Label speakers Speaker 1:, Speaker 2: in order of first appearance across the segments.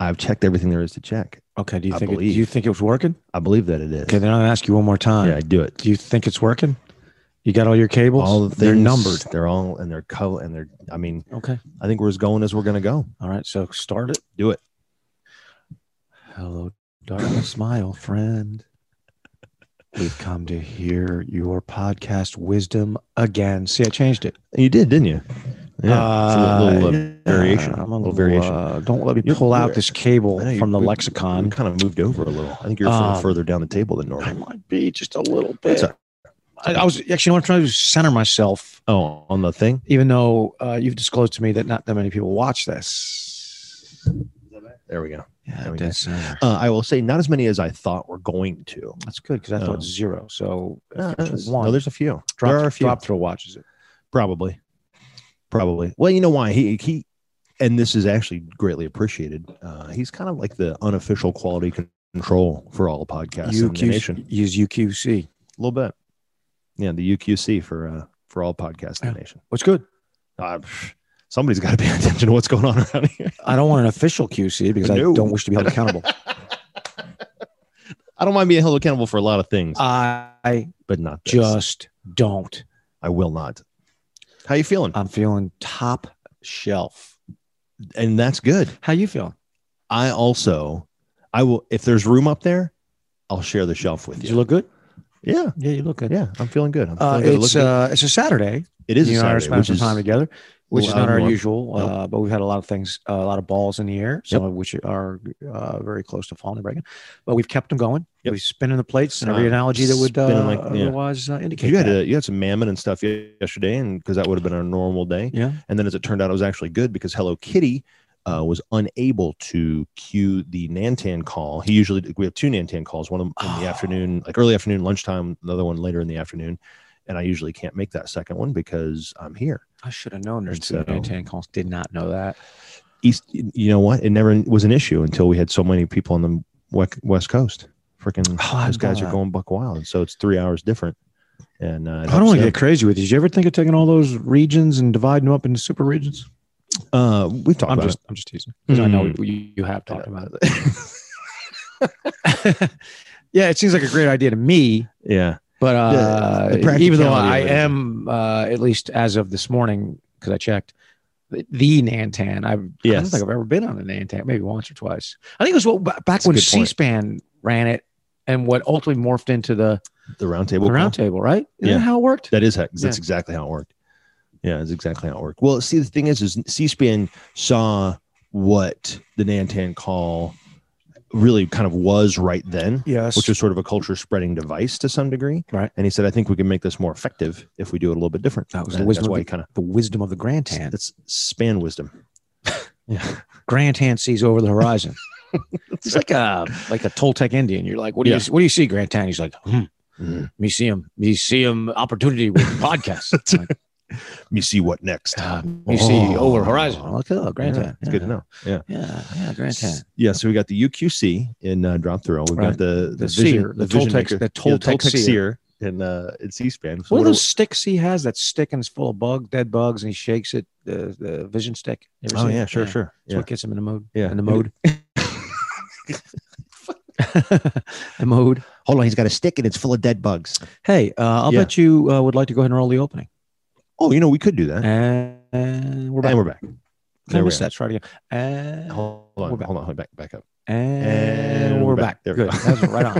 Speaker 1: I've checked everything there is to check.
Speaker 2: Okay. Do you
Speaker 1: I
Speaker 2: think it, do
Speaker 1: believe.
Speaker 2: you think it was working?
Speaker 1: I believe that it is.
Speaker 2: Okay. Then I'll ask you one more time.
Speaker 1: yeah, I do it.
Speaker 2: Do you think it's working? You got all your cables?
Speaker 1: All the things
Speaker 2: They're numbered.
Speaker 1: They're all and they're color and they're. I mean,
Speaker 2: Okay.
Speaker 1: I think we're as going as we're gonna go.
Speaker 2: All right. So start it.
Speaker 1: Do it.
Speaker 2: Hello, darkness, my old friend. We've come to hear your podcast wisdom again. See, I changed it.
Speaker 1: And you did, didn't you? Yeah. it's a
Speaker 2: Uh,
Speaker 1: little, little, uh,
Speaker 2: yeah,
Speaker 1: variation.
Speaker 2: I'm a
Speaker 1: little
Speaker 2: little
Speaker 1: variation.
Speaker 2: uh, don't let me
Speaker 1: You're-
Speaker 2: pull out
Speaker 1: you're-
Speaker 2: this cable
Speaker 1: I know you-
Speaker 2: from the
Speaker 1: we- We
Speaker 2: lexicon.
Speaker 1: kind of moved over a little. I think you're
Speaker 2: Um,
Speaker 1: further down the table than normal.
Speaker 2: I might be just a little
Speaker 1: That's
Speaker 2: bit.
Speaker 1: all
Speaker 2: I, I was actually I'm trying to center myself,
Speaker 1: Oh, on the thing.
Speaker 2: even though uh, you've disclosed to me that not that many people watch this.
Speaker 1: There we go.
Speaker 2: Yeah,
Speaker 1: There we go.
Speaker 2: dead center.
Speaker 1: Uh, I will say, not as many as I thought were going to.
Speaker 2: That's good because I
Speaker 1: Um,
Speaker 2: thought zero. So if
Speaker 1: No,
Speaker 2: there's
Speaker 1: there's,
Speaker 2: one.
Speaker 1: no, there's a few.
Speaker 2: drop,
Speaker 1: there are a few.
Speaker 2: drop throw watches it.
Speaker 1: Probably. Probably. Well, you know why he he, and this is actually greatly appreciated. Uh, he's kind of like the unofficial quality con- control for all podcasts in the nation.
Speaker 2: UQ, use UQC.
Speaker 1: A little bit. Yeah, the UQC for uh, for all podcasts in the nation.
Speaker 2: What's good?
Speaker 1: Uh, pff, somebody's got to pay attention to what's going on around here.
Speaker 2: I don't want an official QC because
Speaker 1: No.
Speaker 2: I don't wish to be held accountable.
Speaker 1: I don't mind being held accountable for a lot of things,
Speaker 2: I
Speaker 1: but not this.
Speaker 2: Uh, just don't.
Speaker 1: I will not. How you feeling?
Speaker 2: I'm feeling top shelf.
Speaker 1: and that's good.
Speaker 2: How you feeling?
Speaker 1: I also, I will. If there's room up there, I'll share the shelf with you.
Speaker 2: Did you look good?
Speaker 1: yeah,
Speaker 2: Yeah, you look good.
Speaker 1: yeah. I'm feeling good. I'm feeling
Speaker 2: Uh,
Speaker 1: good. It
Speaker 2: it's
Speaker 1: looks good.
Speaker 2: uh, it's a Saturday.
Speaker 1: it is a
Speaker 2: you and I are
Speaker 1: Saturday,
Speaker 2: spending
Speaker 1: which
Speaker 2: some
Speaker 1: is
Speaker 2: time together, which is
Speaker 1: Well,
Speaker 2: not
Speaker 1: I'm
Speaker 2: our
Speaker 1: norm-
Speaker 2: usual. Uh, but we've had a lot of things, uh, a lot of balls in the air, some of which are uh, very close to falling and breaking. But we've kept them going.
Speaker 1: Yep.
Speaker 2: We've spinning the plates and every
Speaker 1: Uh,
Speaker 2: analogy that would uh,
Speaker 1: spinning like- yeah.
Speaker 2: otherwise uh, indicate.
Speaker 1: you had
Speaker 2: that.
Speaker 1: a, you had some mammon and stuff ye- yesterday, and because that would have been a normal day.
Speaker 2: yeah.
Speaker 1: And then as it turned out, it was actually good because Hello Kitty uh, was unable to cue the Nantan call. He usually we have two Nantan calls, one of them in the
Speaker 2: Oh.
Speaker 1: afternoon, like early afternoon, lunchtime, another one later in the afternoon. And I usually can't make that second one because I'm here.
Speaker 2: I should have known there's
Speaker 1: And
Speaker 2: two
Speaker 1: so-
Speaker 2: Nantan calls. Did not know that.
Speaker 1: East, you know what? It never was an issue until we had so many people on the wec- West Coast. Freaking,
Speaker 2: Oh, I
Speaker 1: those guys
Speaker 2: know
Speaker 1: are
Speaker 2: that.
Speaker 1: going buck wild. So it's three hours different. And uh, it
Speaker 2: I don't want
Speaker 1: helps
Speaker 2: to
Speaker 1: them.
Speaker 2: get crazy with you. Did you ever think of taking all those regions and dividing them up into super regions?
Speaker 1: Uh, we've talked
Speaker 2: I'm
Speaker 1: about
Speaker 2: just, I'm just teasing. 'Cause I know
Speaker 1: Mm.
Speaker 2: you, you have talked about
Speaker 1: it.
Speaker 2: it. yeah, it seems like a great idea to me.
Speaker 1: yeah.
Speaker 2: But
Speaker 1: The-
Speaker 2: uh,
Speaker 1: the
Speaker 2: even though I
Speaker 1: practicality of it.
Speaker 2: am, uh, at least as of this morning, because I checked, the, the Nantan. I've, I
Speaker 1: Yes.
Speaker 2: don't think I've ever been on a Nantan, maybe once or twice. I think it was what, back
Speaker 1: That's a
Speaker 2: when
Speaker 1: good point.
Speaker 2: C-SPAN ran it and what ultimately morphed into the,
Speaker 1: The round
Speaker 2: the
Speaker 1: table. call.
Speaker 2: round table, right? Isn't
Speaker 1: Yeah.
Speaker 2: that how it worked?
Speaker 1: That is how, that's
Speaker 2: Yeah.
Speaker 1: exactly how it worked. Yeah, that's exactly how it worked. Well, see, the thing is, is C-SPAN saw what the Nantan call really kind of was right then,
Speaker 2: Yes.
Speaker 1: which was sort of a culture spreading device to some degree.
Speaker 2: Right.
Speaker 1: And he said, I think we can make this more effective if we do it a little bit different.
Speaker 2: That was
Speaker 1: And
Speaker 2: the wisdom
Speaker 1: that's
Speaker 2: of
Speaker 1: why
Speaker 2: the-
Speaker 1: he kind of
Speaker 2: the wisdom of the Grand Hand.
Speaker 1: that's span wisdom. yeah.
Speaker 2: Grand Hand sees over the horizon. it's like a like a Toltec Indian. You're like, what do
Speaker 1: Yeah.
Speaker 2: you what do you see, Grand Hand? He's like, hmm,
Speaker 1: Mm.
Speaker 2: me see him, me see him. Opportunity with podcast. It's like,
Speaker 1: Let me see what next.
Speaker 2: Uh, you see
Speaker 1: Oh.
Speaker 2: over horizon. Oh, cool. Grand
Speaker 1: yeah,
Speaker 2: Tan.
Speaker 1: It's good to know. Yeah.
Speaker 2: Yeah, yeah, Grand Tan.
Speaker 1: S- Yeah, so we got the UQC in uh, drop throw. We've got
Speaker 2: Right.
Speaker 1: the the,
Speaker 2: The
Speaker 1: vision,
Speaker 2: seer, the
Speaker 1: vision
Speaker 2: Toltec-
Speaker 1: maker-
Speaker 2: the
Speaker 1: yeah,
Speaker 2: Toltec seer.
Speaker 1: in uh, in C-SPAN. So what
Speaker 2: One of
Speaker 1: are-
Speaker 2: those sticks he has, that stick and it's full of bug, dead bugs, and he shakes it, the, the vision stick. You ever
Speaker 1: Oh
Speaker 2: seen
Speaker 1: yeah,
Speaker 2: it?
Speaker 1: sure, sure.
Speaker 2: That's
Speaker 1: Yeah.
Speaker 2: what gets him in the mood.
Speaker 1: Yeah.
Speaker 2: In the mode. the mode.
Speaker 1: Hold on, he's got a stick and it's full of dead bugs.
Speaker 2: Hey, uh, I'll
Speaker 1: Yeah.
Speaker 2: bet you uh, would like to go ahead and roll the opening.
Speaker 1: Oh, you know we could do that.
Speaker 2: And we're back.
Speaker 1: And we're back. There
Speaker 2: I
Speaker 1: we
Speaker 2: missed
Speaker 1: are.
Speaker 2: that. Try it again. And
Speaker 1: Hold on,
Speaker 2: we're back.
Speaker 1: hold on, hold on, back, back up.
Speaker 2: And,
Speaker 1: And
Speaker 2: we're back.
Speaker 1: There we
Speaker 2: Good.
Speaker 1: go.
Speaker 2: That's right on.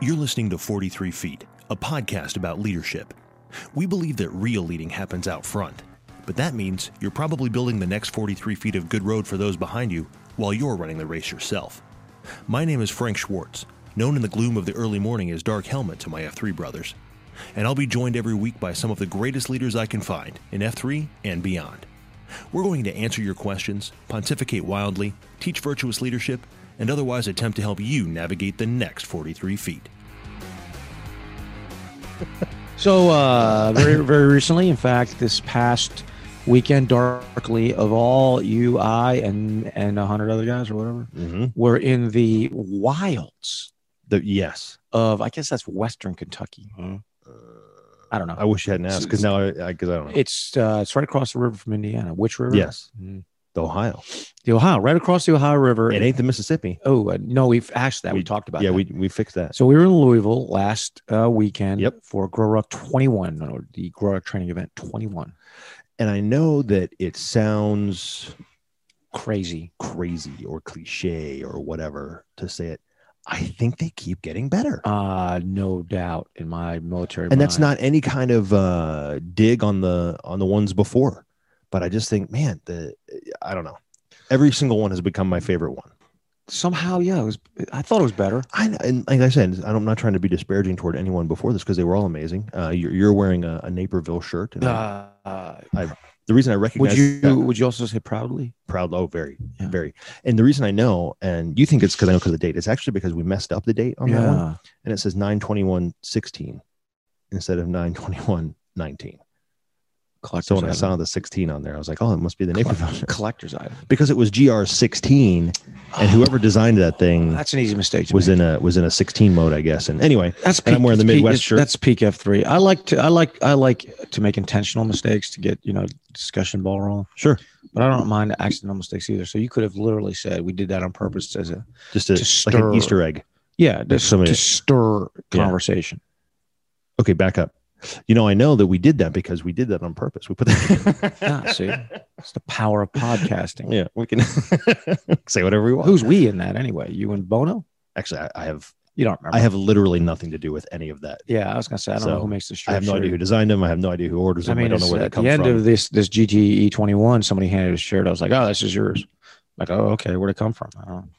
Speaker 3: You're listening to 43 Feet, a podcast about leadership. We believe that real leading happens out front, but that means you're probably building the next 43 feet of good road for those behind you while you're running the race yourself. My name is Frank Schwartz, known in the gloom of the early morning as Dark Helmet to my F3 brothers, and I'll be joined every week by some of the greatest leaders I can find in F3 and beyond. We're going to answer your questions, pontificate wildly, teach virtuous leadership, and otherwise attempt to help you navigate the next 43 feet.
Speaker 2: So uh, very very recently, in fact, this past weekend, darkly of all you, I, and and a hundred other guys or whatever,
Speaker 1: Mm-hmm.
Speaker 2: were in the wilds
Speaker 1: The, yes.
Speaker 2: of I guess that's Western Kentucky. I don't know.
Speaker 1: Mm-hmm. I wish you hadn't asked because now I because I, don't know.
Speaker 2: It's uh, it's right across the river from Indiana. Which river?
Speaker 1: yes,
Speaker 2: Mm.
Speaker 1: the Ohio.
Speaker 2: the Ohio, right across the Ohio River.
Speaker 1: It ain't the Mississippi.
Speaker 2: oh uh, no, we've asked that. We,
Speaker 1: We-
Speaker 2: talked about
Speaker 1: yeah,
Speaker 2: that.
Speaker 1: we we fixed that.
Speaker 2: So we were in Louisville last uh, weekend
Speaker 1: Yep.
Speaker 2: for Grow Up 21, or the Grow Up training event 21.
Speaker 1: And I know that it sounds
Speaker 2: Crazy.
Speaker 1: crazy or cliche or whatever to say it. I think they keep getting better.
Speaker 2: Uh, no doubt in my military.
Speaker 1: and that's
Speaker 2: mind.
Speaker 1: not any kind of uh dig on the on the ones before but i just think man the i don't know every single one has become my favorite one
Speaker 2: somehow. Yeah, it was, I thought it was better.
Speaker 1: i and like i said i'm not trying to be disparaging toward anyone before this because they were all amazing uh you're, you're wearing a, a naperville shirt and I-
Speaker 2: Uh,
Speaker 1: the reason i
Speaker 2: would
Speaker 1: recognize
Speaker 2: you
Speaker 1: that
Speaker 2: would you also say proudly?
Speaker 1: proud oh very
Speaker 2: Yeah.
Speaker 1: very and the reason i know and you think it's because i know because of the date it's actually because we messed up the date on that one and it says 921 16 instead of 921 19
Speaker 2: collector's
Speaker 1: so when i
Speaker 2: item.
Speaker 1: saw the 16 on there i was like oh it must be the naperville shirt.
Speaker 2: collector's item,
Speaker 1: because it was GR sixteen, and whoever designed that thing
Speaker 2: Ah, Oh, that's an easy mistake. to
Speaker 1: was
Speaker 2: make.
Speaker 1: in a was in a sixteen mode, I guess. And anyway,
Speaker 2: that's
Speaker 1: and I'm wearing the
Speaker 2: that's peak-
Speaker 1: Midwest
Speaker 2: that's-
Speaker 1: shirt.
Speaker 2: That's peak F three. I like to I like I like to make intentional mistakes to get you know discussion ball rolling,
Speaker 1: sure,
Speaker 2: but I don't mind accidental mistakes either. So you could have literally said we did that on purpose as a
Speaker 1: just a,
Speaker 2: To
Speaker 1: like
Speaker 2: stir.
Speaker 1: an Easter egg.
Speaker 2: yeah to,
Speaker 1: somebody-
Speaker 2: to stir conversation.
Speaker 1: Okay, back up. You know, I know that we did that because we did that on purpose. We put that.
Speaker 2: Yeah, see, it's the power of podcasting.
Speaker 1: yeah, we can say whatever we want.
Speaker 2: Who's we in that anyway? You and Bono?
Speaker 1: Actually, I, I have
Speaker 2: You don't remember?
Speaker 1: I have literally nothing to do with any of that.
Speaker 2: Yeah, I was gonna say I don't know
Speaker 1: So,
Speaker 2: who makes the shirt.
Speaker 1: I have no
Speaker 2: sure.
Speaker 1: idea who designed them. I have no idea who orders
Speaker 2: I
Speaker 1: them. I,
Speaker 2: mean,
Speaker 1: don't know
Speaker 2: it's-
Speaker 1: where they
Speaker 2: at the
Speaker 1: come
Speaker 2: end
Speaker 1: from.
Speaker 2: of this this GTE twenty one, somebody handed a shirt. I was like, oh, this is yours. Like, oh, okay, where'd it come from? I don't,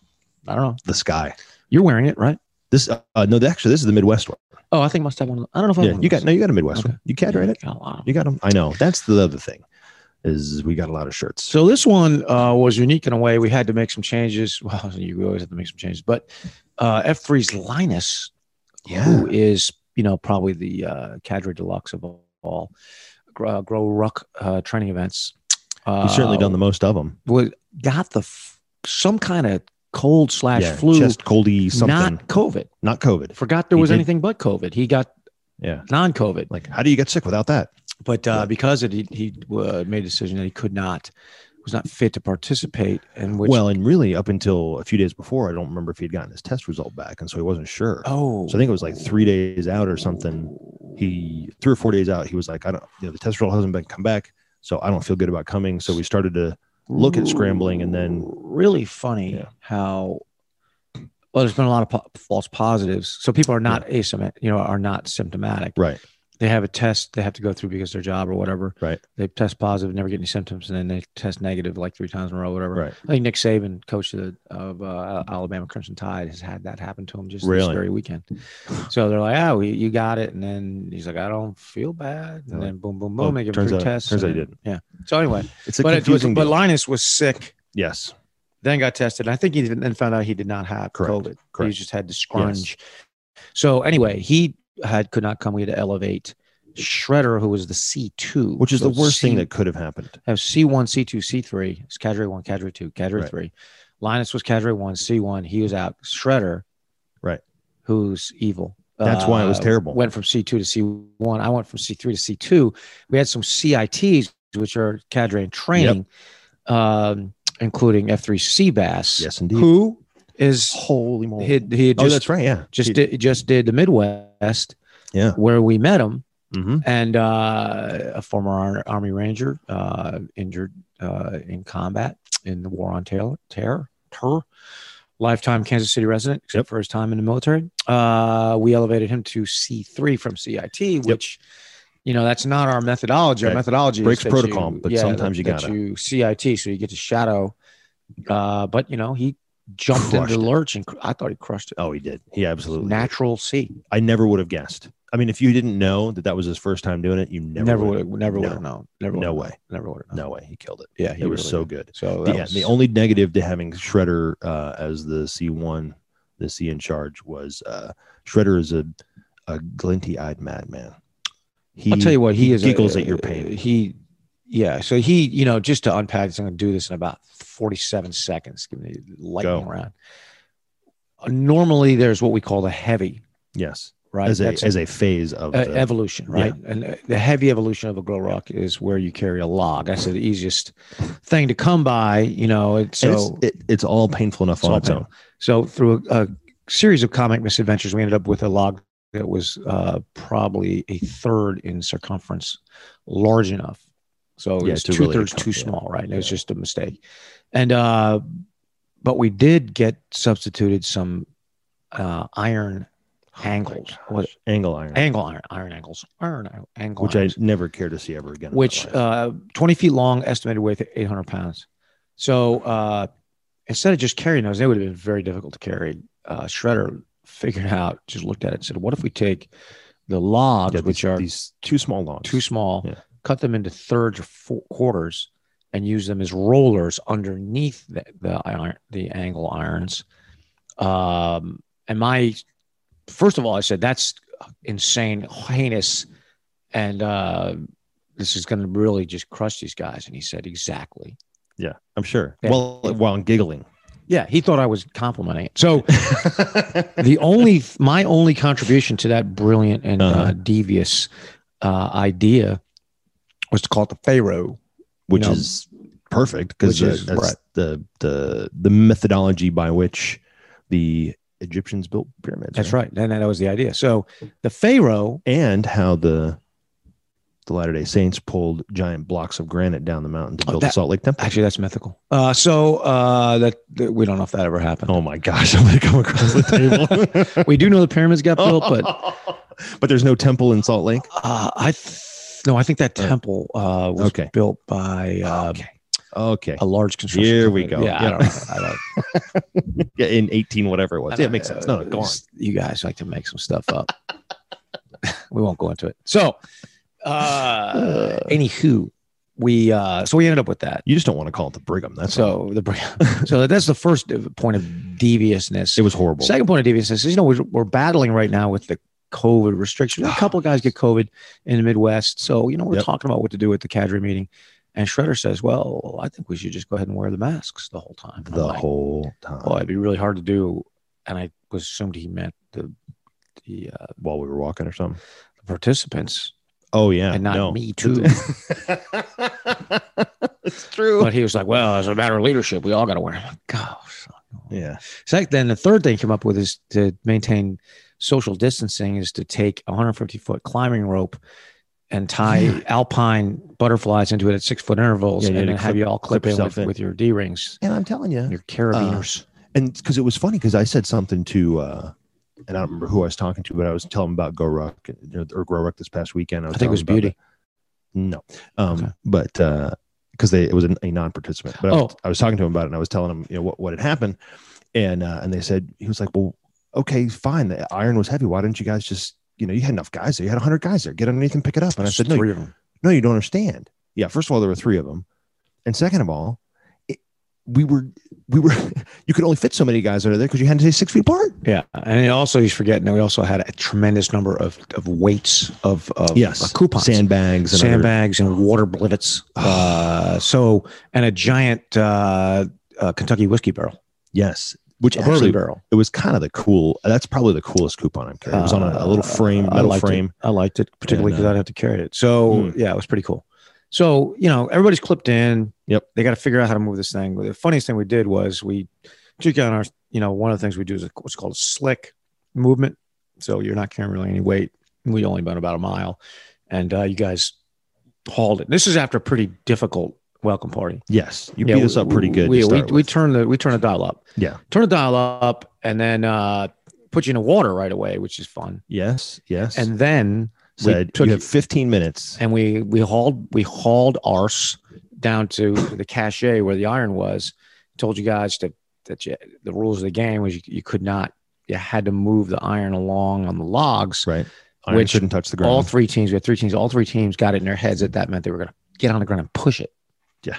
Speaker 2: I don't know.
Speaker 1: the sky.
Speaker 2: You're wearing it, right?
Speaker 1: This uh, no, actually, this is the Midwest one.
Speaker 2: Oh, I think I must have one. I don't know if I have
Speaker 1: Yeah,
Speaker 2: one of
Speaker 1: you got
Speaker 2: those.
Speaker 1: no, you got a Midwest
Speaker 2: Okay.
Speaker 1: one. You can't write it.
Speaker 2: Got a lot of them.
Speaker 1: You got them. I know. That's the other thing, is we got a lot of shirts.
Speaker 2: So this one uh, was unique in a way. We had to make some changes. Well, you always have to make some changes, but uh, F3's Linus, who is you know probably the uh, cadre deluxe of all uh, grow ruck uh, training events. Uh,
Speaker 1: He's certainly done the most of them.
Speaker 2: was got the f- some kind of cold slash flu,
Speaker 1: chest coldy something,
Speaker 2: not
Speaker 1: not,
Speaker 2: COVID.
Speaker 1: COVID.
Speaker 2: Forgot there
Speaker 1: He
Speaker 2: was
Speaker 1: did-
Speaker 2: anything but COVID. He got
Speaker 1: Yeah,
Speaker 2: non-COVID,
Speaker 1: like how do you get sick without that?
Speaker 2: but uh,
Speaker 1: Yeah.
Speaker 2: because it, he, he uh, made a decision that he could not was not fit to participate, and which
Speaker 1: well, and really, up until a few days before, I don't remember if he'd gotten his test result back, and so he wasn't sure.
Speaker 2: oh,
Speaker 1: So I think it was like three days out or something. He three or four days out, he was like, I don't, you know, the test result hasn't been come back, so I don't feel good about coming. So we started to look at scrambling and then-
Speaker 2: really funny
Speaker 1: Yeah.
Speaker 2: how well there's been a lot of po- false positives so people are not asymptomatic you know are not symptomatic
Speaker 1: right.
Speaker 2: they have a test they have to go through because their job or whatever
Speaker 1: Right.
Speaker 2: they test positive never get any symptoms and then they test negative like three times in a row whatever
Speaker 1: Right.
Speaker 2: i think nick saban coach of, the, of uh, alabama crimson tide has had that happen to him just this
Speaker 1: Really?
Speaker 2: very weekend so they're like oh you got it and then he's like i don't feel bad and then boom boom boom
Speaker 1: Oh,
Speaker 2: they give him
Speaker 1: turns
Speaker 2: three
Speaker 1: out-
Speaker 2: tests
Speaker 1: turns
Speaker 2: and
Speaker 1: out he
Speaker 2: then- yeah so anyway
Speaker 1: It's a
Speaker 2: but, it was,
Speaker 1: confusing.
Speaker 2: but
Speaker 1: deal.
Speaker 2: linus was sick
Speaker 1: yes,
Speaker 2: then got tested. I think he even then found out he did not have
Speaker 1: Correct.
Speaker 2: COVID. He
Speaker 1: Correct.
Speaker 2: just had the scrunge. So anyway, he had could not come. We had to elevate Shredder, who was the C two,
Speaker 1: which is the worst thing that could have happened.
Speaker 2: have C one, C two, C three. It's cadre one, cadre two, cadre
Speaker 1: Right.
Speaker 2: three. Linus was cadre one, C one. He was out. Shredder,
Speaker 1: Right.
Speaker 2: Who's evil? Uh,
Speaker 1: That's why it was terrible.
Speaker 2: Went from C two to C one. I went from C three to C two. We had some CITs, which are cadre and training, um, including F three C bass.
Speaker 1: Yes, indeed.
Speaker 2: Who is
Speaker 1: Holy moly!
Speaker 2: he? He had
Speaker 1: oh,
Speaker 2: just
Speaker 1: that's right. Yeah,
Speaker 2: just
Speaker 1: He-
Speaker 2: did, just did the Midwest.
Speaker 1: Yeah.
Speaker 2: where we met him.
Speaker 1: Mm-hmm.
Speaker 2: and uh, a former Ar- Army Ranger uh, injured uh, in combat in the War on Terror. Terror, terror. Lifetime Kansas City resident, except
Speaker 1: Yep.
Speaker 2: for his time in the military. Uh, we elevated him to C3 from CIT, which, you know, that's not our methodology. Our
Speaker 1: Right.
Speaker 2: methodology is
Speaker 1: Breaks
Speaker 2: that
Speaker 1: protocol,
Speaker 2: you-
Speaker 1: but sometimes you
Speaker 2: that- that
Speaker 1: gotta.
Speaker 2: you CIT, so you get to shadow. Uh, but, you know, he jumped
Speaker 1: Crushed
Speaker 2: into
Speaker 1: it.
Speaker 2: the lurch and cr- I thought he crushed it.
Speaker 1: Oh, he did. He absolutely. did.
Speaker 2: Natural C.
Speaker 1: I never would have guessed. I mean, if you didn't know that that was his first time doing it, you never,
Speaker 2: Never, would have, never would
Speaker 1: No.
Speaker 2: have known. Never
Speaker 1: No
Speaker 2: would've
Speaker 1: way.
Speaker 2: known. Never would have known.
Speaker 1: No way. He killed it.
Speaker 2: Yeah,
Speaker 1: It
Speaker 2: he
Speaker 1: was
Speaker 2: really
Speaker 1: so
Speaker 2: did.
Speaker 1: good.
Speaker 2: So that
Speaker 1: Yeah.
Speaker 2: was-
Speaker 1: The only negative to having Shredder uh, as the C1, the C in charge, was uh, Shredder is a, a glinty eyed madman. He,
Speaker 2: I'll tell you what, he, is a- uh,
Speaker 1: giggles at your pain.
Speaker 2: He, yeah. So he, you know, just to unpack this, I'm going to do this in about 47 seconds. Give me the lightning
Speaker 1: Go.
Speaker 2: round. Uh, Normally, there's what we call the heavy,
Speaker 1: yes.
Speaker 2: right?
Speaker 1: as a
Speaker 2: That's
Speaker 1: as a phase of
Speaker 2: uh,
Speaker 1: the,
Speaker 2: evolution, right? And uh, the heavy evolution of a glow rock is where you carry a log. That's the easiest thing to come by, you know. And
Speaker 1: and
Speaker 2: so,
Speaker 1: it's, it, it's all painful enough
Speaker 2: It's all
Speaker 1: on its own.
Speaker 2: so through a, a series of comic misadventures, we ended up with a log that was uh, probably a third in circumference, large enough. So it
Speaker 1: Yeah,
Speaker 2: was
Speaker 1: to
Speaker 2: two
Speaker 1: really
Speaker 2: thirds
Speaker 1: account-
Speaker 2: too
Speaker 1: yeah.
Speaker 2: small, right? And It was
Speaker 1: Yeah.
Speaker 2: just a mistake. And uh, but we did get substituted some uh, iron angles, what,
Speaker 1: Angle iron,
Speaker 2: angle iron, iron angles, iron angle,
Speaker 1: which I
Speaker 2: irons,
Speaker 1: never care to see ever again. in my
Speaker 2: which
Speaker 1: life.
Speaker 2: uh, twenty feet long, estimated weight of eight hundred pounds. So uh, instead of just carrying those, they would have been very difficult to carry. Uh, Shredder figured out, just looked at it, and said, "What if we take the logs,
Speaker 1: Yeah, these,
Speaker 2: which are
Speaker 1: these two small logs.
Speaker 2: too small,
Speaker 1: Yeah.
Speaker 2: cut them into thirds or four quarters, and use them as rollers underneath the the, iron, the angle irons. Um, and my first of all, I said that's insane, heinous, and uh, this is going to really just crush these guys. And he said exactly.
Speaker 1: Yeah, I'm sure.
Speaker 2: Yeah.
Speaker 1: Well, while I'm giggling.
Speaker 2: Yeah, he thought I was complimenting it. So
Speaker 1: yeah,
Speaker 2: the only my only contribution to that brilliant and uh
Speaker 1: Uh-huh.
Speaker 2: devious uh, idea was to call it the Pharaoh.
Speaker 1: which
Speaker 2: you know,
Speaker 1: is perfect because
Speaker 2: which is
Speaker 1: that's
Speaker 2: right.
Speaker 1: the the the methodology by which the Egyptians built pyramids.
Speaker 2: That's right. And that was the idea. So the Pharaoh,
Speaker 1: And how the the Latter Day Saints pulled giant blocks of granite down the mountain to
Speaker 2: Oh,
Speaker 1: build the
Speaker 2: that-
Speaker 1: Salt Lake Temple.
Speaker 2: actually, that's mythical. Uh, so uh, that, that- we don't know if that ever happened.
Speaker 1: oh my gosh, I'm gonna come across the table.
Speaker 2: We do know the pyramids got built, but
Speaker 1: but there's no temple in Salt Lake.
Speaker 2: uh, I th- no, I think that
Speaker 1: Uh,
Speaker 2: temple uh, was
Speaker 1: okay.
Speaker 2: built by uh,
Speaker 1: Okay,
Speaker 2: a large construction.
Speaker 1: Here we
Speaker 2: company.
Speaker 1: go.
Speaker 2: Yeah, I
Speaker 1: Yeah.
Speaker 2: don't know. I don't,
Speaker 1: yeah, in 18 whatever it was. Yeah, it makes
Speaker 2: Uh,
Speaker 1: sense. No, no, go on.
Speaker 2: it's- You guys like to make some stuff up. we won't go into it. So, uh, anywho, we uh, so we ended up with that.
Speaker 1: You just don't want to call it the Brigham. That's all.
Speaker 2: So the so that's the first point of deviousness.
Speaker 1: it was horrible.
Speaker 2: Second point of deviousness is you know we're, we're battling right now with the COVID restrictions. A couple of guys get COVID in the Midwest, so you know we're
Speaker 1: Ah. Yep.
Speaker 2: talking about what to do at the cadre meeting. And Shredder says, "Well, I think we should just go ahead and wear the masks the whole time." I'm
Speaker 1: the
Speaker 2: like,
Speaker 1: whole time
Speaker 2: Well, it'd be really hard to do, and I was assumed he meant the the uh,
Speaker 1: while we were walking or something.
Speaker 2: participants
Speaker 1: Oh yeah,
Speaker 2: and not
Speaker 1: no.
Speaker 2: me too.
Speaker 1: it's true.
Speaker 2: but he was like, "Well, as a matter of leadership, we all got to wear." it." I'm like, "Gosh,
Speaker 1: yeah,
Speaker 2: Second, then the third thing he came up with is to maintain social distancing is to take a 150 foot climbing rope and tie alpine butterflies into it at six foot intervals
Speaker 1: Yeah, you
Speaker 2: and
Speaker 1: had
Speaker 2: then
Speaker 1: to
Speaker 2: have
Speaker 1: clip-
Speaker 2: you all clip,
Speaker 1: clip
Speaker 2: in, with,
Speaker 1: yourself in.
Speaker 2: with your D rings,
Speaker 1: and I'm telling you,
Speaker 2: your
Speaker 1: Uh,
Speaker 2: carabiners.
Speaker 1: and because it was funny because I said something to, uh, and I don't remember who I was talking to, but I was telling him about Go Ruck or Grow Ruck this past weekend.
Speaker 2: I think it was
Speaker 1: telling him
Speaker 2: beauty.
Speaker 1: about the- No, um,
Speaker 2: Okay.
Speaker 1: but uh, because they it was an, a non-participant. But I, was,
Speaker 2: Oh.
Speaker 1: I was talking to him about it, and I was telling him you know what, what had happened, and uh, and they said he was like, well, okay, fine, the iron was heavy. Why didn't you guys just you know you had enough guys there, you had hundred guys there, get underneath and pick it up? And I said, no,
Speaker 2: three of them.
Speaker 1: no, you don't understand. Yeah, first of all, there were three of them, and second of all, it, we were we were you could only fit so many guys under there because you had to stay six feet apart.
Speaker 2: Yeah, and also he's forgetting that we also had a tremendous number of, of weights of, of uh, coupons,
Speaker 1: sandbags, and other-
Speaker 2: sandbags, and water blivets. uh, so and a giant uh, uh, Kentucky whiskey barrel,
Speaker 1: yes, which
Speaker 2: a bourbon
Speaker 1: actually
Speaker 2: barrel.
Speaker 1: it was kind of the cool. That's probably the coolest coupon I'm carrying. It was on a, a little frame,
Speaker 2: Uh, I
Speaker 1: metal
Speaker 2: liked it.
Speaker 1: frame.
Speaker 2: I liked it, particularly
Speaker 1: And,
Speaker 2: because
Speaker 1: uh, Hmm.
Speaker 2: I'd have to carry it. So yeah, it was pretty cool. So you know, everybody's clipped in.
Speaker 1: Yep.
Speaker 2: They got to figure out how to move this thing. The funniest thing we did was we took on our. You know, one of the things we do is what's called a slick movement. So you're not carrying really any weight. We only went about a mile, and uh, you guys hauled it. This is after a pretty difficult welcome party.
Speaker 1: Yes, you
Speaker 2: Yeah,
Speaker 1: beat us
Speaker 2: we-
Speaker 1: up pretty good.
Speaker 2: We
Speaker 1: to
Speaker 2: we,
Speaker 1: start
Speaker 2: we
Speaker 1: with.
Speaker 2: turn the we turn the dial up,
Speaker 1: yeah.
Speaker 2: turn the dial up, and then uh, put you in the water right away, which is fun.
Speaker 1: Yes. Yes.
Speaker 2: And then we
Speaker 1: said
Speaker 2: took
Speaker 1: you
Speaker 2: you-
Speaker 1: have 15 minutes.
Speaker 2: and we we hauled we hauled arse down to the cache where the iron was. Told you guys to, that you, the rules of the game was you, you could not you had to move the iron along on the logs.
Speaker 1: right. Iron
Speaker 2: which
Speaker 1: couldn't touch the ground.
Speaker 2: All three teams, we had three teams. All three teams got it in their heads that that meant they were going to get on the ground and push it.
Speaker 1: yeah.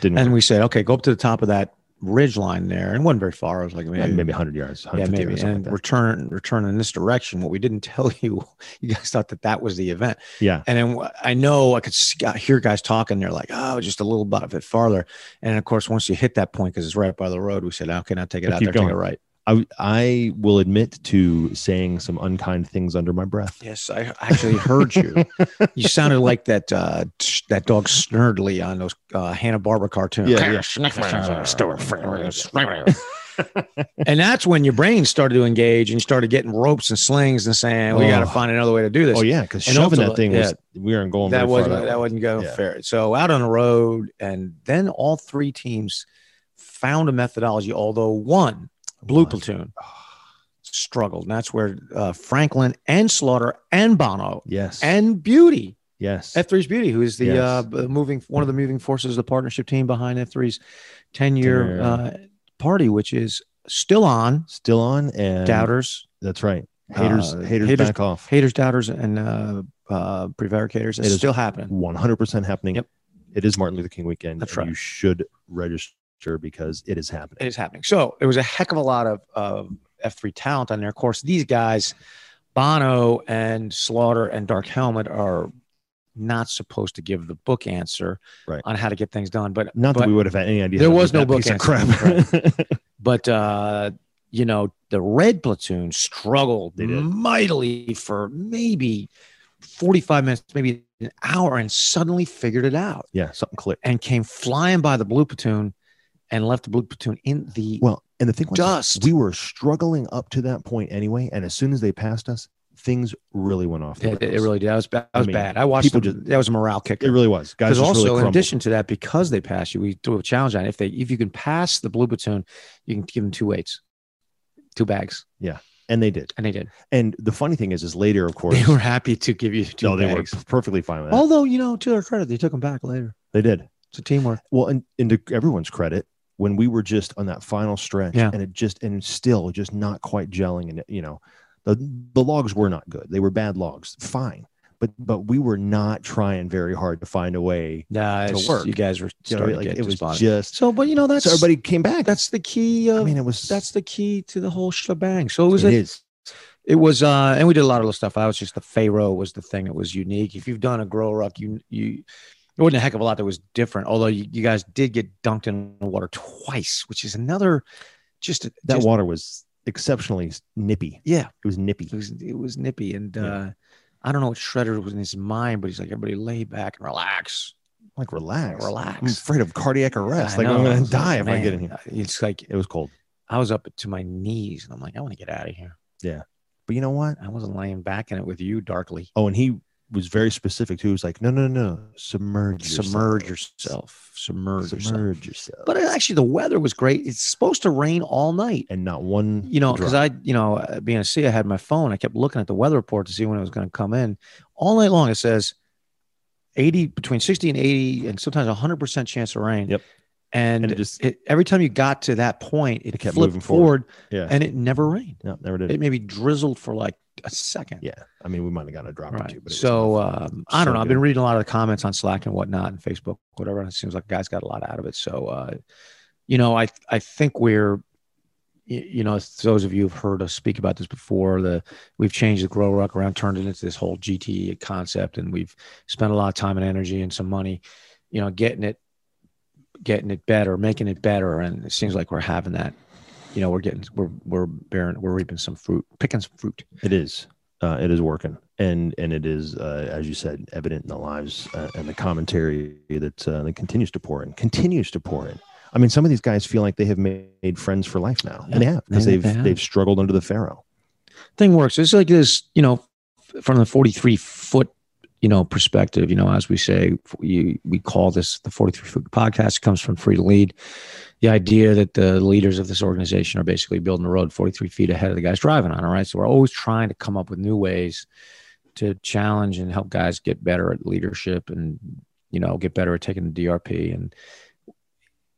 Speaker 1: Didn't.
Speaker 2: And we said, okay, go up to the top of that ridge line there, and it wasn't very far. I was like,
Speaker 1: yeah,
Speaker 2: maybe.
Speaker 1: maybe 100 yards.
Speaker 2: Yeah,
Speaker 1: 150
Speaker 2: maybe.
Speaker 1: Yards, something like
Speaker 2: And
Speaker 1: that.
Speaker 2: return, return in this direction. What we didn't tell you, you guys thought that that was the event.
Speaker 1: Yeah.
Speaker 2: And then wh- I know I could see, I hear guys talking. They're like, "Oh, just a little bit of it farther." And of course, once you hit that point, because it's right by the road, we said, "Okay, now take it
Speaker 1: But
Speaker 2: out
Speaker 1: keep
Speaker 2: there, take it
Speaker 1: going.
Speaker 2: right."
Speaker 1: I I will admit to saying some unkind things under my breath.
Speaker 2: Yes, I actually heard you. you sounded like that uh, tsh- that dog Snurdly on those uh, Hanna Barbera cartoons.
Speaker 1: Yeah,
Speaker 2: and that's when your brain started to engage, and you started getting ropes and slings and saying, "We got to
Speaker 1: Oh.
Speaker 2: find another way to do this."
Speaker 1: Oh yeah, because
Speaker 2: And
Speaker 1: shoving
Speaker 2: also,
Speaker 1: that thing was we weren't going
Speaker 2: that
Speaker 1: very far
Speaker 2: wasn't
Speaker 1: way.
Speaker 2: that wasn't going
Speaker 1: Yeah.
Speaker 2: fair. So out on the road, and then all three teams found a methodology. Although one blue
Speaker 1: One.
Speaker 2: platoon struggled, and that's where uh, Franklin and Slaughter and Bono
Speaker 1: Yes.
Speaker 2: and Beauty
Speaker 1: yes.
Speaker 2: F3's Beauty, who is the
Speaker 1: Yes.
Speaker 2: uh, b- moving one of the moving forces, of the partnership team behind F3's ten year
Speaker 1: Ten-year,
Speaker 2: uh, party, which is still on.
Speaker 1: Still on and
Speaker 2: Doubters,
Speaker 1: That's right. Haters,
Speaker 2: Uh,
Speaker 1: haters,
Speaker 2: haters-
Speaker 1: back off.
Speaker 2: haters, doubters, and uh, uh, prevaricators.
Speaker 1: It
Speaker 2: It's
Speaker 1: is-
Speaker 2: still happening.
Speaker 1: One hundred percent happening.
Speaker 2: Yep.
Speaker 1: It is Martin Luther King weekend.
Speaker 2: That's
Speaker 1: and
Speaker 2: right.
Speaker 1: You should register because it is happening.
Speaker 2: It is happening. So there was a heck of a lot of, of F3 talent on there. Of course, these guys, Bono and Slaughter and Dark Helmet, are not supposed to give the book answer
Speaker 1: Right.
Speaker 2: on how to get things done. But
Speaker 1: Not
Speaker 2: but,
Speaker 1: that we would have had any idea.
Speaker 2: There
Speaker 1: how
Speaker 2: was
Speaker 1: to do that
Speaker 2: no
Speaker 1: piece
Speaker 2: book
Speaker 1: of crap.
Speaker 2: answer, but uh, you know, the red platoon struggled
Speaker 1: They did.
Speaker 2: mightily for maybe 45 minutes, maybe an hour, and suddenly figured it out
Speaker 1: yeah, something clicked.
Speaker 2: and came flying by the blue platoon and left the blue platoon in the
Speaker 1: Well, and the thing was,
Speaker 2: dust.
Speaker 1: we were struggling up to that point anyway, and as soon as they passed us, things really went off. the
Speaker 2: It, it
Speaker 1: rails.
Speaker 2: really did. That was, ba- that
Speaker 1: I
Speaker 2: was
Speaker 1: mean,
Speaker 2: bad. I watched
Speaker 1: people
Speaker 2: them-
Speaker 1: just-
Speaker 2: that was a morale kicker.
Speaker 1: it really was. Guys,
Speaker 2: because
Speaker 1: just
Speaker 2: also
Speaker 1: really
Speaker 2: in
Speaker 1: crumbled.
Speaker 2: addition to that, because they pass you, we do a challenge on it. if they if you can pass the blue platoon, you can give them two weights, two bags,
Speaker 1: and they did.
Speaker 2: and they did.
Speaker 1: And the funny thing is, is later, of course,
Speaker 2: They were happy to give you two
Speaker 1: no, they
Speaker 2: bags.
Speaker 1: were perfectly fine with that.
Speaker 2: Although you know, to their credit, they took them back later.
Speaker 1: they did.
Speaker 2: It's a teamwork.
Speaker 1: Well, and, and to everyone's credit, when we were just on that final stretch
Speaker 2: Yeah.
Speaker 1: and it just and still just not quite gelling and you know, the the logs were not good. They were bad logs. Fine. But but we were not trying very hard to find a way.
Speaker 2: Nah,
Speaker 1: To
Speaker 2: it's-
Speaker 1: work.
Speaker 2: you guys were
Speaker 1: You know,
Speaker 2: starting
Speaker 1: like
Speaker 2: to get
Speaker 1: it was
Speaker 2: despondent.
Speaker 1: just
Speaker 2: so, but you know that's
Speaker 1: so everybody came back.
Speaker 2: that's the key. Of,
Speaker 1: I mean it was
Speaker 2: that's the key to the whole shebang. So it was
Speaker 1: it
Speaker 2: a-
Speaker 1: is.
Speaker 2: It was, uh, and we did a lot of little stuff. I was just the Pharaoh was the thing that was unique. If you've done a grow rock, you you it wasn't a heck of a lot that was different. Although you, you guys did get dunked in the water twice, which is another just
Speaker 1: That
Speaker 2: just,
Speaker 1: water was exceptionally nippy.
Speaker 2: Yeah,
Speaker 1: It was nippy.
Speaker 2: it was it was nippy, and
Speaker 1: Yeah.
Speaker 2: uh, I don't know what Shredder was in his mind, but he's like, everybody lay back and relax,
Speaker 1: Like relax. I'm
Speaker 2: relax.
Speaker 1: afraid of cardiac arrest.
Speaker 2: I
Speaker 1: Mm, Like I'm
Speaker 2: know.
Speaker 1: gonna
Speaker 2: It's like,
Speaker 1: die if I
Speaker 2: man, Uh,
Speaker 1: get in here.
Speaker 2: It's like
Speaker 1: It was cold.
Speaker 2: I was up to my knees, and I'm like, I want to get out of here.
Speaker 1: But you know what?
Speaker 2: I wasn't laying back in it with you, darkly.
Speaker 1: Oh, and he was very specific too. He was like, no, no, no, submerge, yourself.
Speaker 2: Submerge yourself. Submerge, yourself.
Speaker 1: submerge yourself,
Speaker 2: But uh, actually, the weather was great. It's supposed to rain all night.
Speaker 1: and not one.
Speaker 2: You know, because
Speaker 1: drop.
Speaker 2: I, you know, uh, being a C, I had my phone. I kept looking at the weather report to see when it was going to come in. All night long, it says 80, between 60 and 80, and sometimes 100% chance of rain.
Speaker 1: Yep.
Speaker 2: And,
Speaker 1: And it
Speaker 2: just,
Speaker 1: just-
Speaker 2: it, every time you got to that point, it,
Speaker 1: It kept
Speaker 2: flipped
Speaker 1: moving forward.
Speaker 2: forward,
Speaker 1: yeah,
Speaker 2: and it never rained.
Speaker 1: no, never did.
Speaker 2: It maybe drizzled for like a second.
Speaker 1: yeah, I mean, we might have gotten a drop or
Speaker 2: Right.
Speaker 1: two, but it was
Speaker 2: So
Speaker 1: enough.
Speaker 2: um, I don't
Speaker 1: So
Speaker 2: know. I've been
Speaker 1: good.
Speaker 2: reading a lot of the comments on Slack and whatnot and Facebook, whatever. And it seems like guys got a lot out of it. So uh, you know, I I think we're y- you know, as those of you who've heard us speak about this before, the we've changed the grow rock around, turned it into this whole GT concept, and we've spent a lot of time and energy and some money, you know, getting it getting it better, making it better. And it seems like we're having that. You know, we're getting we're we're bearing we're reaping some fruit, picking some fruit.
Speaker 1: it is, uh, it is working, and and it is, uh, as you said, evident in the lives uh, and the commentary that uh, that continues to pour in, continues to pour in. I mean, some of these guys feel like they have made friends for life now, and they have because
Speaker 2: They-
Speaker 1: they've
Speaker 2: they have.
Speaker 1: they've struggled under the pharaoh.
Speaker 2: thing works. It's like this, you know, f- from the 43 foot you know, perspective. You know, as we say, you, we call this the 43 Food Podcast. It comes from Free to Lead. The idea that the leaders of this organization are basically building the road 43 feet ahead of the guys driving on it, right? So we're always trying to come up with new ways to challenge and help guys get better at leadership and, you know, get better at taking the DRP. And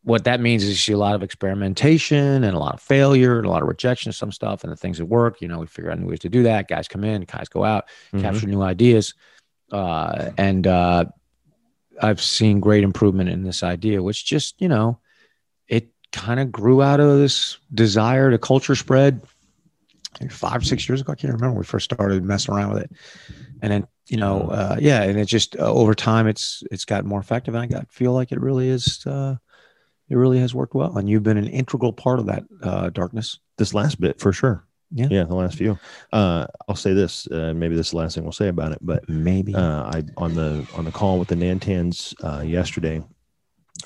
Speaker 2: what that means is you see a lot of experimentation and a lot of failure and a lot of rejection of some stuff and the things that work. You know, we figure out new ways to do that. Guys come in, guys go out,
Speaker 1: Mhm.
Speaker 2: capture new ideas. Uh, and uh, I've seen great improvement in this idea, which just, you know, it kind of grew out of this desire to culture spread maybe five, six years ago. I can't remember when we first started messing around with it. And then, you know,
Speaker 1: Mm-hmm.
Speaker 2: uh, yeah, and it just uh, over time, it's it's got more effective, and I got feel like it really is. Uh, it really has worked well, and you've been an integral part of that uh, darkness.
Speaker 1: this last bit for sure.
Speaker 2: Yeah.
Speaker 1: yeah, the last few. Uh, I'll say this. Uh, maybe this is the last thing we'll say about it, but
Speaker 2: Maybe
Speaker 1: uh, I on the on the call with the Nantans uh, yesterday.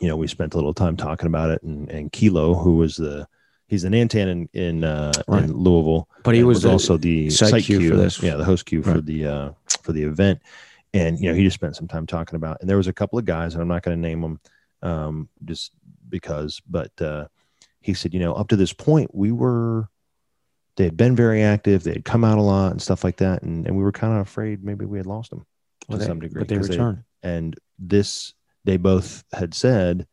Speaker 1: You know, we spent a little time talking about it, and and Kilo, who was the he's the Nantan in in, uh,
Speaker 2: Right.
Speaker 1: in Louisville,
Speaker 2: But he
Speaker 1: and
Speaker 2: was the
Speaker 1: also the
Speaker 2: site queue for this.
Speaker 1: yeah, the host queue for
Speaker 2: Right.
Speaker 1: the uh, for the event, and you know, he just spent some time talking about, and there was a couple of guys, and I'm not going to name them, um, just because, but uh, he said, you know, up to this point, we were they had been very active, they had come out a lot and stuff like that, and and we were kind of afraid maybe we had lost them to
Speaker 2: Well, they-
Speaker 1: some degree
Speaker 2: but they
Speaker 1: 'cause they-
Speaker 2: return.
Speaker 1: and this they both had said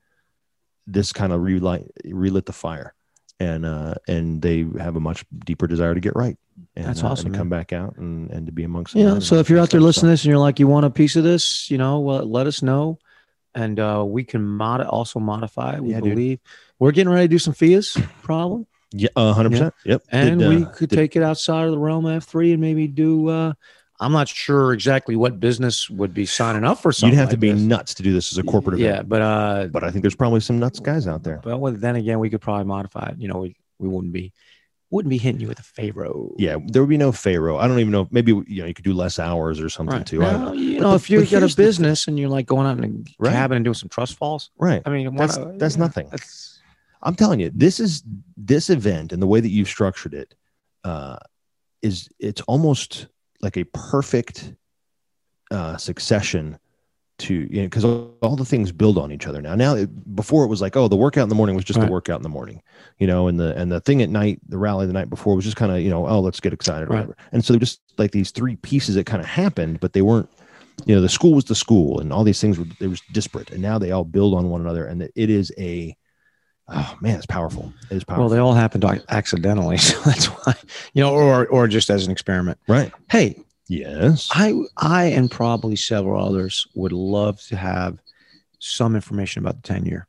Speaker 1: this kind of relight relit the fire and uh and they have a much deeper desire to get right and,
Speaker 2: That's
Speaker 1: uh,
Speaker 2: awesome,
Speaker 1: and to
Speaker 2: man.
Speaker 1: come back out and and to be amongst
Speaker 2: you
Speaker 1: them
Speaker 2: know, so if you're out there listening to this and you're like, you want a piece of this, you know, well, let us know. And uh, we can mod- also modify. We
Speaker 1: Yeah, dude.
Speaker 2: believe we're getting ready to do some FIAs problem.
Speaker 1: yeah 100 percent yep
Speaker 2: And
Speaker 1: Did, uh,
Speaker 2: we could
Speaker 1: did-
Speaker 2: take it outside of the realm of F3 and maybe do, uh, I'm not sure exactly what business would be signing up for something.
Speaker 1: you'd have to
Speaker 2: like
Speaker 1: be
Speaker 2: this.
Speaker 1: nuts to do this as a corporate
Speaker 2: Yeah,
Speaker 1: event
Speaker 2: but uh,
Speaker 1: but i think there's probably some nuts guys out there
Speaker 2: but well, then again, we could probably modify it. You know, we, we wouldn't be wouldn't be hitting you with a Pharaoh.
Speaker 1: yeah there would be no pharaoh i don't even know maybe you know you could do less hours or something
Speaker 2: Right.
Speaker 1: too I don't
Speaker 2: Now,
Speaker 1: know.
Speaker 2: you
Speaker 1: But
Speaker 2: know,
Speaker 1: the-
Speaker 2: if you
Speaker 1: but
Speaker 2: got
Speaker 1: here's the
Speaker 2: a
Speaker 1: thing.
Speaker 2: business and you're like going out in a
Speaker 1: Right.
Speaker 2: cabin and doing some trust falls,
Speaker 1: right
Speaker 2: I mean,
Speaker 1: that's
Speaker 2: why not-
Speaker 1: that's nothing
Speaker 2: That's
Speaker 1: I'm telling you, this is this event and the way that you've structured it uh, is it's almost like a perfect uh, succession to you know because all, all the things build on each other now. Now it, before it was like oh the workout in the morning was just
Speaker 2: Right.
Speaker 1: the workout in the morning, you know, and the and the thing at night, the rally the night before was just kind of you know oh let's get excited or
Speaker 2: Right.
Speaker 1: whatever. And so they were just like these three pieces that kind of happened, but they weren't you know the school was the school and all these things were they was disparate and now they all build on one another and it is a oh man it's powerful it is
Speaker 2: well,
Speaker 1: powerful
Speaker 2: they all happened ac- accidentally, so that's why you know, or or just as an experiment.
Speaker 1: right
Speaker 2: Hey,
Speaker 1: yes
Speaker 2: I I and probably several others would love to have some information about the ten year.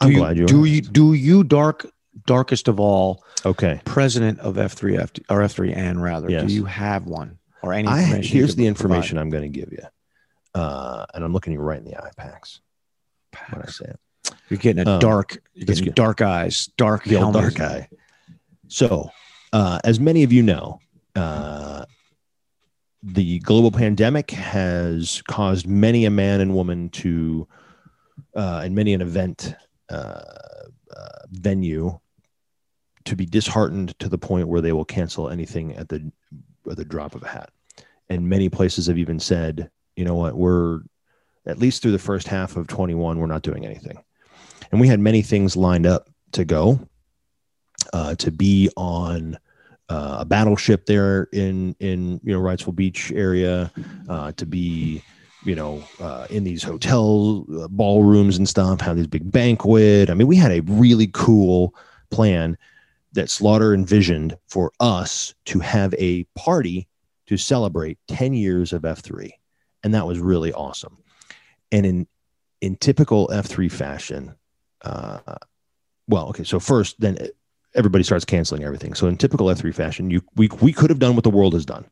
Speaker 1: i'm glad you
Speaker 2: do
Speaker 1: asked.
Speaker 2: you do you dark darkest of all
Speaker 1: okay
Speaker 2: president of F three F or F three N rather?
Speaker 1: Yes.
Speaker 2: Do you have one or any?
Speaker 1: I,
Speaker 2: information you
Speaker 1: here's
Speaker 2: could
Speaker 1: the
Speaker 2: provide?
Speaker 1: information i'm going to give you uh and i'm looking you right in the eye pax when i say it
Speaker 2: You're getting a
Speaker 1: Um,
Speaker 2: dark, you're
Speaker 1: let's
Speaker 2: getting
Speaker 1: get-
Speaker 2: dark eyes, dark,
Speaker 1: the old
Speaker 2: helmet.
Speaker 1: dark eye so uh as many of you know uh the global pandemic has caused many a man and woman to uh, and many an event uh, uh, venue to be disheartened to the point where they will cancel anything at the at the drop of a hat. And many places have even said, you know what, we're at least through the first half of 21, we're not doing anything. And we had many things lined up to go, uh, to be on uh, a battleship there in in you know Wrightsville Beach area, uh, to be you know uh, in these hotel uh, ballrooms and stuff, have these big banquet. I mean, we had a really cool plan that Slaughter envisioned for us to have a party to celebrate 10 years of F3. And that was really awesome. And in in typical F3 fashion, uh, well, okay, so first then everybody starts canceling everything. So in typical F3 fashion, you we we could have done what the world has done.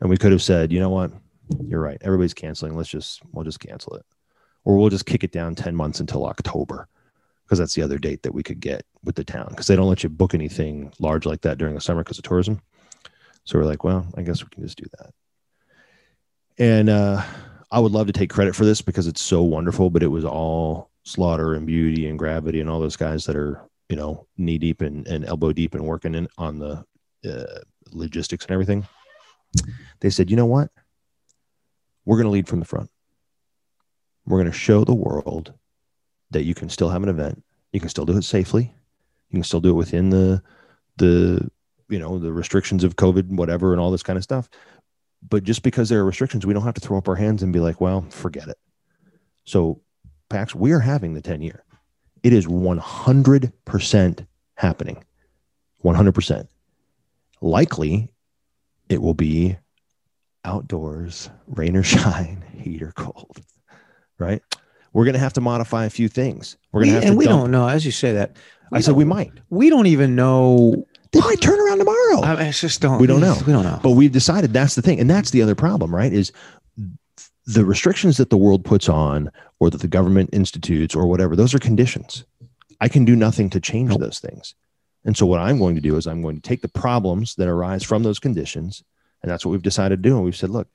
Speaker 1: And we could have said, you know what? You're right. Everybody's canceling. Let's just we'll just cancel it. Or we'll just kick it down 10 months until October. Because that's the other date that we could get with the town. Because they don't let you book anything large like that during the summer because of tourism. So we're like, well, I guess we can just do that. And uh, I would love to take credit for this because it's so wonderful, but it was all slaughter and beauty and gravity and all those guys that are, you know, knee deep and, and elbow deep and working in on the uh, logistics and everything. They said, you know what? We're going to lead from the front. We're going to show the world that you can still have an event. You can still do it safely. You can still do it within the the you know the restrictions of COVID and whatever and all this kind of stuff. But just because there are restrictions, we don't have to throw up our hands and be like, well, forget it. So, PAX, we are having the 10 year. It is 100% happening. 100%. Likely, it will be outdoors, rain or shine, heat or cold, right? We're going to have to modify a few things. We're going to
Speaker 2: We-
Speaker 1: have
Speaker 2: and
Speaker 1: to.
Speaker 2: we
Speaker 1: dump-
Speaker 2: don't know. As you say that,
Speaker 1: I said we
Speaker 2: don't-
Speaker 1: might.
Speaker 2: We don't even know.
Speaker 1: They might turn around tomorrow.
Speaker 2: I, I just don't.
Speaker 1: We don't know.
Speaker 2: We don't know.
Speaker 1: But we've decided that's the thing. And that's the other problem, right? Is the restrictions that the world puts on or that the government institutes or whatever, those are conditions. I can do nothing to change
Speaker 2: Nope.
Speaker 1: those things. And so what I'm going to do is I'm going to take the problems that arise from those conditions. And that's what we've decided to do. And we've said, look,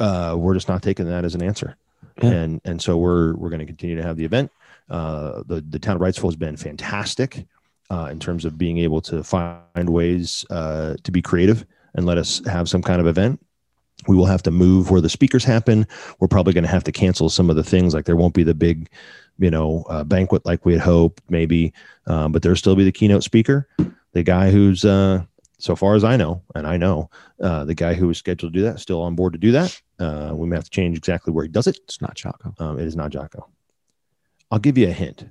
Speaker 1: uh, we're just not taking that as an answer.
Speaker 2: Yeah.
Speaker 1: And and so we're we're going to continue to have the event. Uh, the the town of Wrightsville has been fantastic uh, in terms of being able to find ways uh, to be creative and let us have some kind of event. We will have to move where the speakers happen. We're probably going to have to cancel some of the things, like there won't be the big, you know, uh, banquet like we had hoped, maybe, um, but there'll still be the keynote speaker, the guy who's, uh, so far as I know, and I know, uh, the guy who was scheduled to do that, still on board to do that. Uh, we may have to change exactly where he does it.
Speaker 2: It's not Chaco.
Speaker 1: Um, it is not Jocko. I'll give you a hint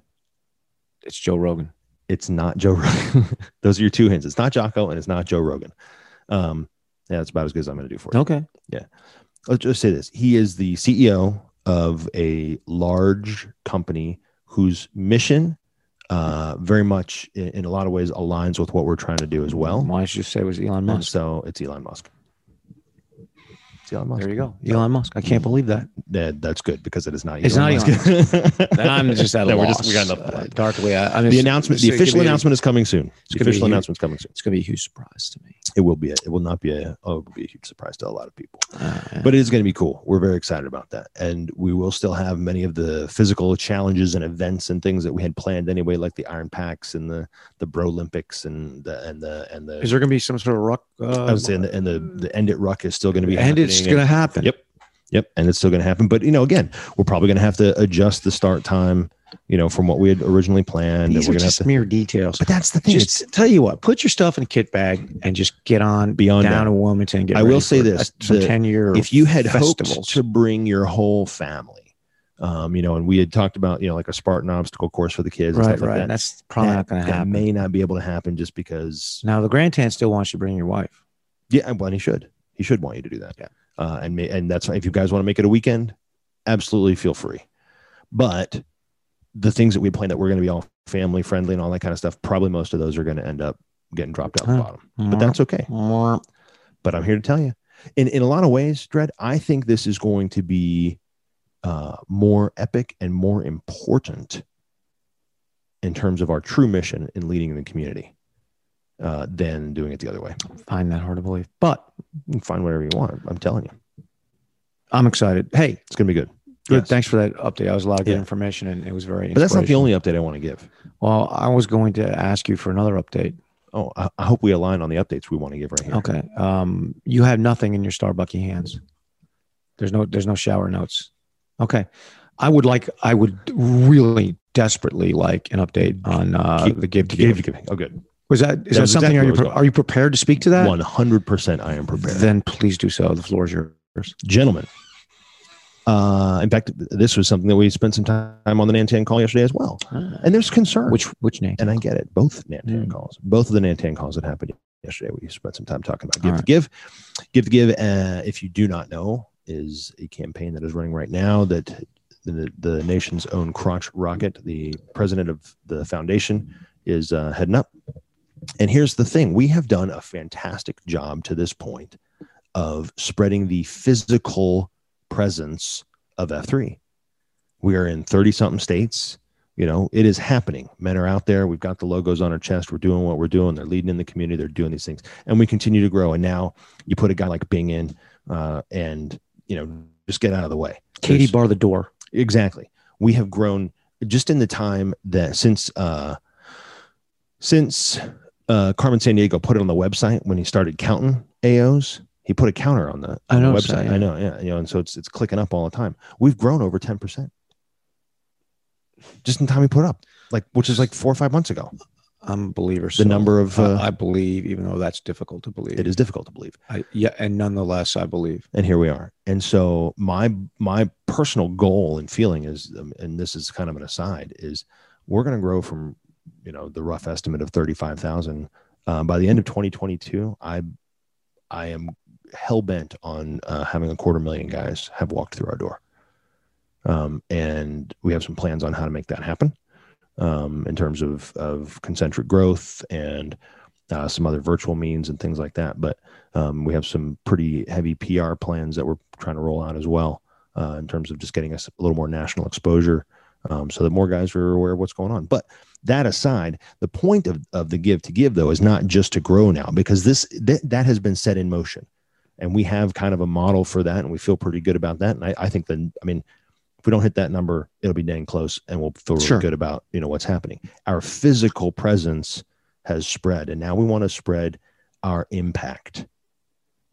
Speaker 2: It's Joe Rogan.
Speaker 1: it's not Joe Rogan. Those are your two hints. It's not Jocko and it's not Joe Rogan. Um, yeah, that's about as good as I'm going to do for you.
Speaker 2: Okay.
Speaker 1: Let's just say this. He is the CEO of a large company whose mission uh, very much in, in a lot of ways aligns with what we're trying to do as well.
Speaker 2: why did you say it was Elon
Speaker 1: And
Speaker 2: Musk?
Speaker 1: so it's Elon Musk. It's Elon Musk. Hmm.
Speaker 2: There you go,
Speaker 1: Yeah.
Speaker 2: Elon Musk. I can't believe that.
Speaker 1: That- that's good because it is not Elon
Speaker 2: It's not
Speaker 1: Musk.
Speaker 2: Then I'm just at a
Speaker 1: No, we're
Speaker 2: loss.
Speaker 1: just- we got nothing
Speaker 2: Uh,
Speaker 1: left.
Speaker 2: darkly, I, I'm
Speaker 1: the
Speaker 2: just-
Speaker 1: announcement, the
Speaker 2: so it could
Speaker 1: official
Speaker 2: be a-
Speaker 1: announcement is coming soon. The
Speaker 2: gonna be
Speaker 1: official
Speaker 2: huge.
Speaker 1: announcement is coming soon.
Speaker 2: It's gonna be a huge surprise to me.
Speaker 1: It will be. A, it will not be a. Oh, it will be a huge surprise to a lot of people.
Speaker 2: Uh,
Speaker 1: but it is going to be cool. We're very excited about that. And we will still have many of the physical challenges and events and things that we had planned anyway, like the Iron Packs and the the Bro Olympics and the and the and the
Speaker 2: is there gonna be some sort of rock? Uh,
Speaker 1: I was saying the, and the the End It Ruck is still going to be
Speaker 2: and it's
Speaker 1: happening.
Speaker 2: gonna happen.
Speaker 1: Yep. Yep, and it's still going to happen. But you know, again, we're probably going to have to adjust the start time, you know, from what we had originally planned. and
Speaker 2: These are
Speaker 1: we're gonna
Speaker 2: just
Speaker 1: have to,
Speaker 2: mere details.
Speaker 1: but that's the thing.
Speaker 2: Just tell you what, put your stuff in a kit bag and just get on
Speaker 1: Beyond
Speaker 2: down
Speaker 1: that.
Speaker 2: to Wilmington. and Get
Speaker 1: I will
Speaker 2: ready
Speaker 1: say
Speaker 2: for
Speaker 1: this,
Speaker 2: a, some
Speaker 1: the-
Speaker 2: ten year.
Speaker 1: if you had hoped
Speaker 2: festivals,
Speaker 1: to bring your whole family, um, you know, and we had talked about you know like a Spartan obstacle course for the kids, and
Speaker 2: right,
Speaker 1: stuff like
Speaker 2: right,
Speaker 1: that.
Speaker 2: that's probably
Speaker 1: that,
Speaker 2: not gonna
Speaker 1: that
Speaker 2: happen.
Speaker 1: may not be able to happen just because.
Speaker 2: now the grandstand still wants you to bring your wife.
Speaker 1: Yeah, well, and he should. He should want you to do that.
Speaker 2: Yeah.
Speaker 1: Uh, and may, and that's why if you guys want to make it a weekend, absolutely feel free. But the things that we plan that we're going to be all family friendly and all that kind of stuff, probably most of those are going to end up getting dropped out the
Speaker 2: Huh.
Speaker 1: bottom. But that's okay. But I'm here to tell you, in in a lot of ways, Dred, I think this is going to be uh, more epic and more important in terms of our true mission in leading the community uh, than doing it the other way.
Speaker 2: find that hard to believe, but
Speaker 1: You can find whatever you want. I'm telling you,
Speaker 2: I'm excited. Hey,
Speaker 1: it's going to be good.
Speaker 2: good.
Speaker 1: Yes.
Speaker 2: Thanks for that update. That was a lot of good
Speaker 1: Yeah.
Speaker 2: information, and it was very.
Speaker 1: But that's not the
Speaker 2: inspirational.
Speaker 1: only update I want to give.
Speaker 2: Well, I was going to ask you for another update.
Speaker 1: Oh, I, I hope we align on the updates we want to give right here.
Speaker 2: Okay. Um, you have nothing in your Starbucky hands. There's no there's no shower notes. Okay. I would like I would really desperately like an update on uh,
Speaker 1: Keep-
Speaker 2: the give to
Speaker 1: You gave
Speaker 2: give.
Speaker 1: to giving. Oh, good.
Speaker 2: Was that
Speaker 1: That
Speaker 2: is that,
Speaker 1: was
Speaker 2: something
Speaker 1: exactly where
Speaker 2: are
Speaker 1: I
Speaker 2: you
Speaker 1: was
Speaker 2: pre-
Speaker 1: going.
Speaker 2: are you prepared to speak to that?
Speaker 1: 100% I am prepared.
Speaker 2: Then please do so. The floor is yours.
Speaker 1: gentlemen. Uh, in fact, th- this was something that we spent some time on the Nantan call yesterday as well.
Speaker 2: Uh,
Speaker 1: And there's concern,
Speaker 2: Which which name?
Speaker 1: and I get it. Both Nantan
Speaker 2: Mm.
Speaker 1: calls, both of the Nantan calls that happened yesterday, we spent some time talking about give
Speaker 2: All
Speaker 1: to give, give to give. Uh, if you do not know, is a campaign that is running right now that the, the nation's own crotch rocket, the president of the foundation, is uh, heading up. And here's the thing: we have done a fantastic job to this point of spreading the physical presence of F3. We are in 30 something states. You know, it is happening. Men are out there. We've got the logos on our chest. We're doing what we're doing. They're leading in the community. They're doing these things. And we continue to grow. And now you put a guy like Bing in uh, and, you know, just get out of the way.
Speaker 2: Katie
Speaker 1: There's-
Speaker 2: bar the door.
Speaker 1: Exactly. We have grown just in the time that since uh since uh Carmen San Diego put it on the website when he started counting AOs He put a counter on the,
Speaker 2: I
Speaker 1: on the
Speaker 2: noticed
Speaker 1: website.
Speaker 2: that, yeah.
Speaker 1: I know, yeah, you know, and so it's it's clicking up all the time. We've grown over ten percent just in time he put up, like which is like four or five months ago.
Speaker 2: I'm a believer.
Speaker 1: The number of, uh,
Speaker 2: I believe, even though that's difficult to believe.
Speaker 1: It is difficult to believe.
Speaker 2: I, yeah, and nonetheless, I believe.
Speaker 1: and here we are and so my my personal goal and feeling is um, and this is kind of an aside is we're going to grow from you know the rough estimate of 35000 um, by the end of 2022 i i am hell-bent on uh, having a quarter million guys have walked through our door um, and we have some plans on how to make that happen um, in terms of of concentric growth and uh, some other virtual means and things like that but um, we have some pretty heavy PR plans that we're trying to roll out as well uh, in terms of just getting us a little more national exposure um, so that more guys are aware of what's going on. But that aside, the point of, of the give to give, though, is not just to grow now because this th- that has been set in motion. And we have kind of a model for that and we feel pretty good about that. And I, I think then, I mean, if we don't hit that number, it'll be dang close and we'll feel really
Speaker 2: Sure.
Speaker 1: good about, you know, what's happening. Our physical presence has spread and now we want to spread our impact.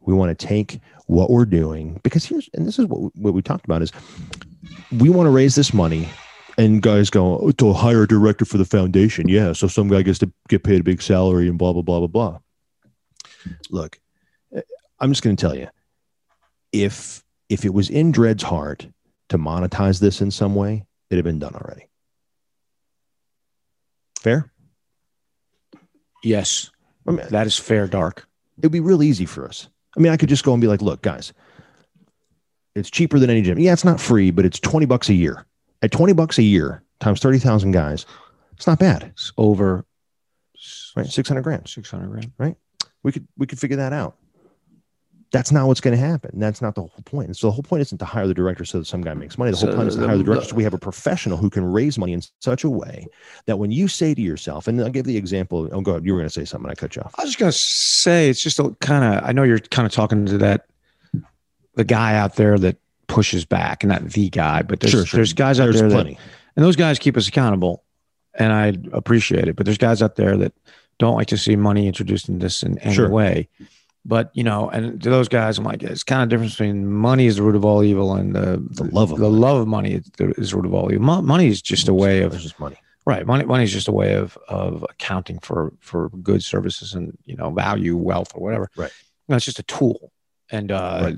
Speaker 1: We want to take what we're doing because here's and this is what we, what we talked about is we want to raise this money and guys go "Oh, to hire a director for the foundation. Yeah, so some guy gets to get paid a big salary and blah blah blah blah blah. Look, eh, I'm just going to tell you if if it was in Dred's heart to monetize this in some way, it'd have been done already. Fair?
Speaker 2: Yes,
Speaker 1: I mean,
Speaker 2: that is fair. Dark.
Speaker 1: it'd be real easy for us. I mean, I could just go and be like, look, guys, it's cheaper than any gym. Yeah, it's not free, but it's 20 bucks a year. At 20 bucks a year times 30,000 guys, it's not bad,
Speaker 2: It's over
Speaker 1: right? 600 grand.
Speaker 2: six hundred grand.
Speaker 1: We could, we could figure that out. That's not what's going to happen. That's not the whole point. And so the whole point isn't to hire the director so that some guy makes money. The whole
Speaker 2: So
Speaker 1: point is to
Speaker 2: the-
Speaker 1: hire the director so we have a professional who can raise money in such a way that when you say to yourself, and I'll give the example. Oh, go ahead. You were going to say something. I cut you off.
Speaker 2: I was just gonna say it's just a kind of. I know you're kind of talking to that the guy out there that pushes back, and not the guy, but there's
Speaker 1: Sure, sure.
Speaker 2: there's guys out
Speaker 1: There's
Speaker 2: there that
Speaker 1: plenty.
Speaker 2: and those guys keep us accountable and i appreciate it but there's guys out there that don't like to see money introduced in this in any
Speaker 1: Sure.
Speaker 2: way but you know and to those guys i'm like it's kind of difference between money is the root of all evil and the,
Speaker 1: The love of
Speaker 2: the love of money is the, is the root of all evil Mo- money is just a way of
Speaker 1: There's just money.
Speaker 2: right money money is just a way of of accounting for for goods services and you know value wealth or whatever
Speaker 1: Right.
Speaker 2: no, it's just a tool and uh
Speaker 1: Right.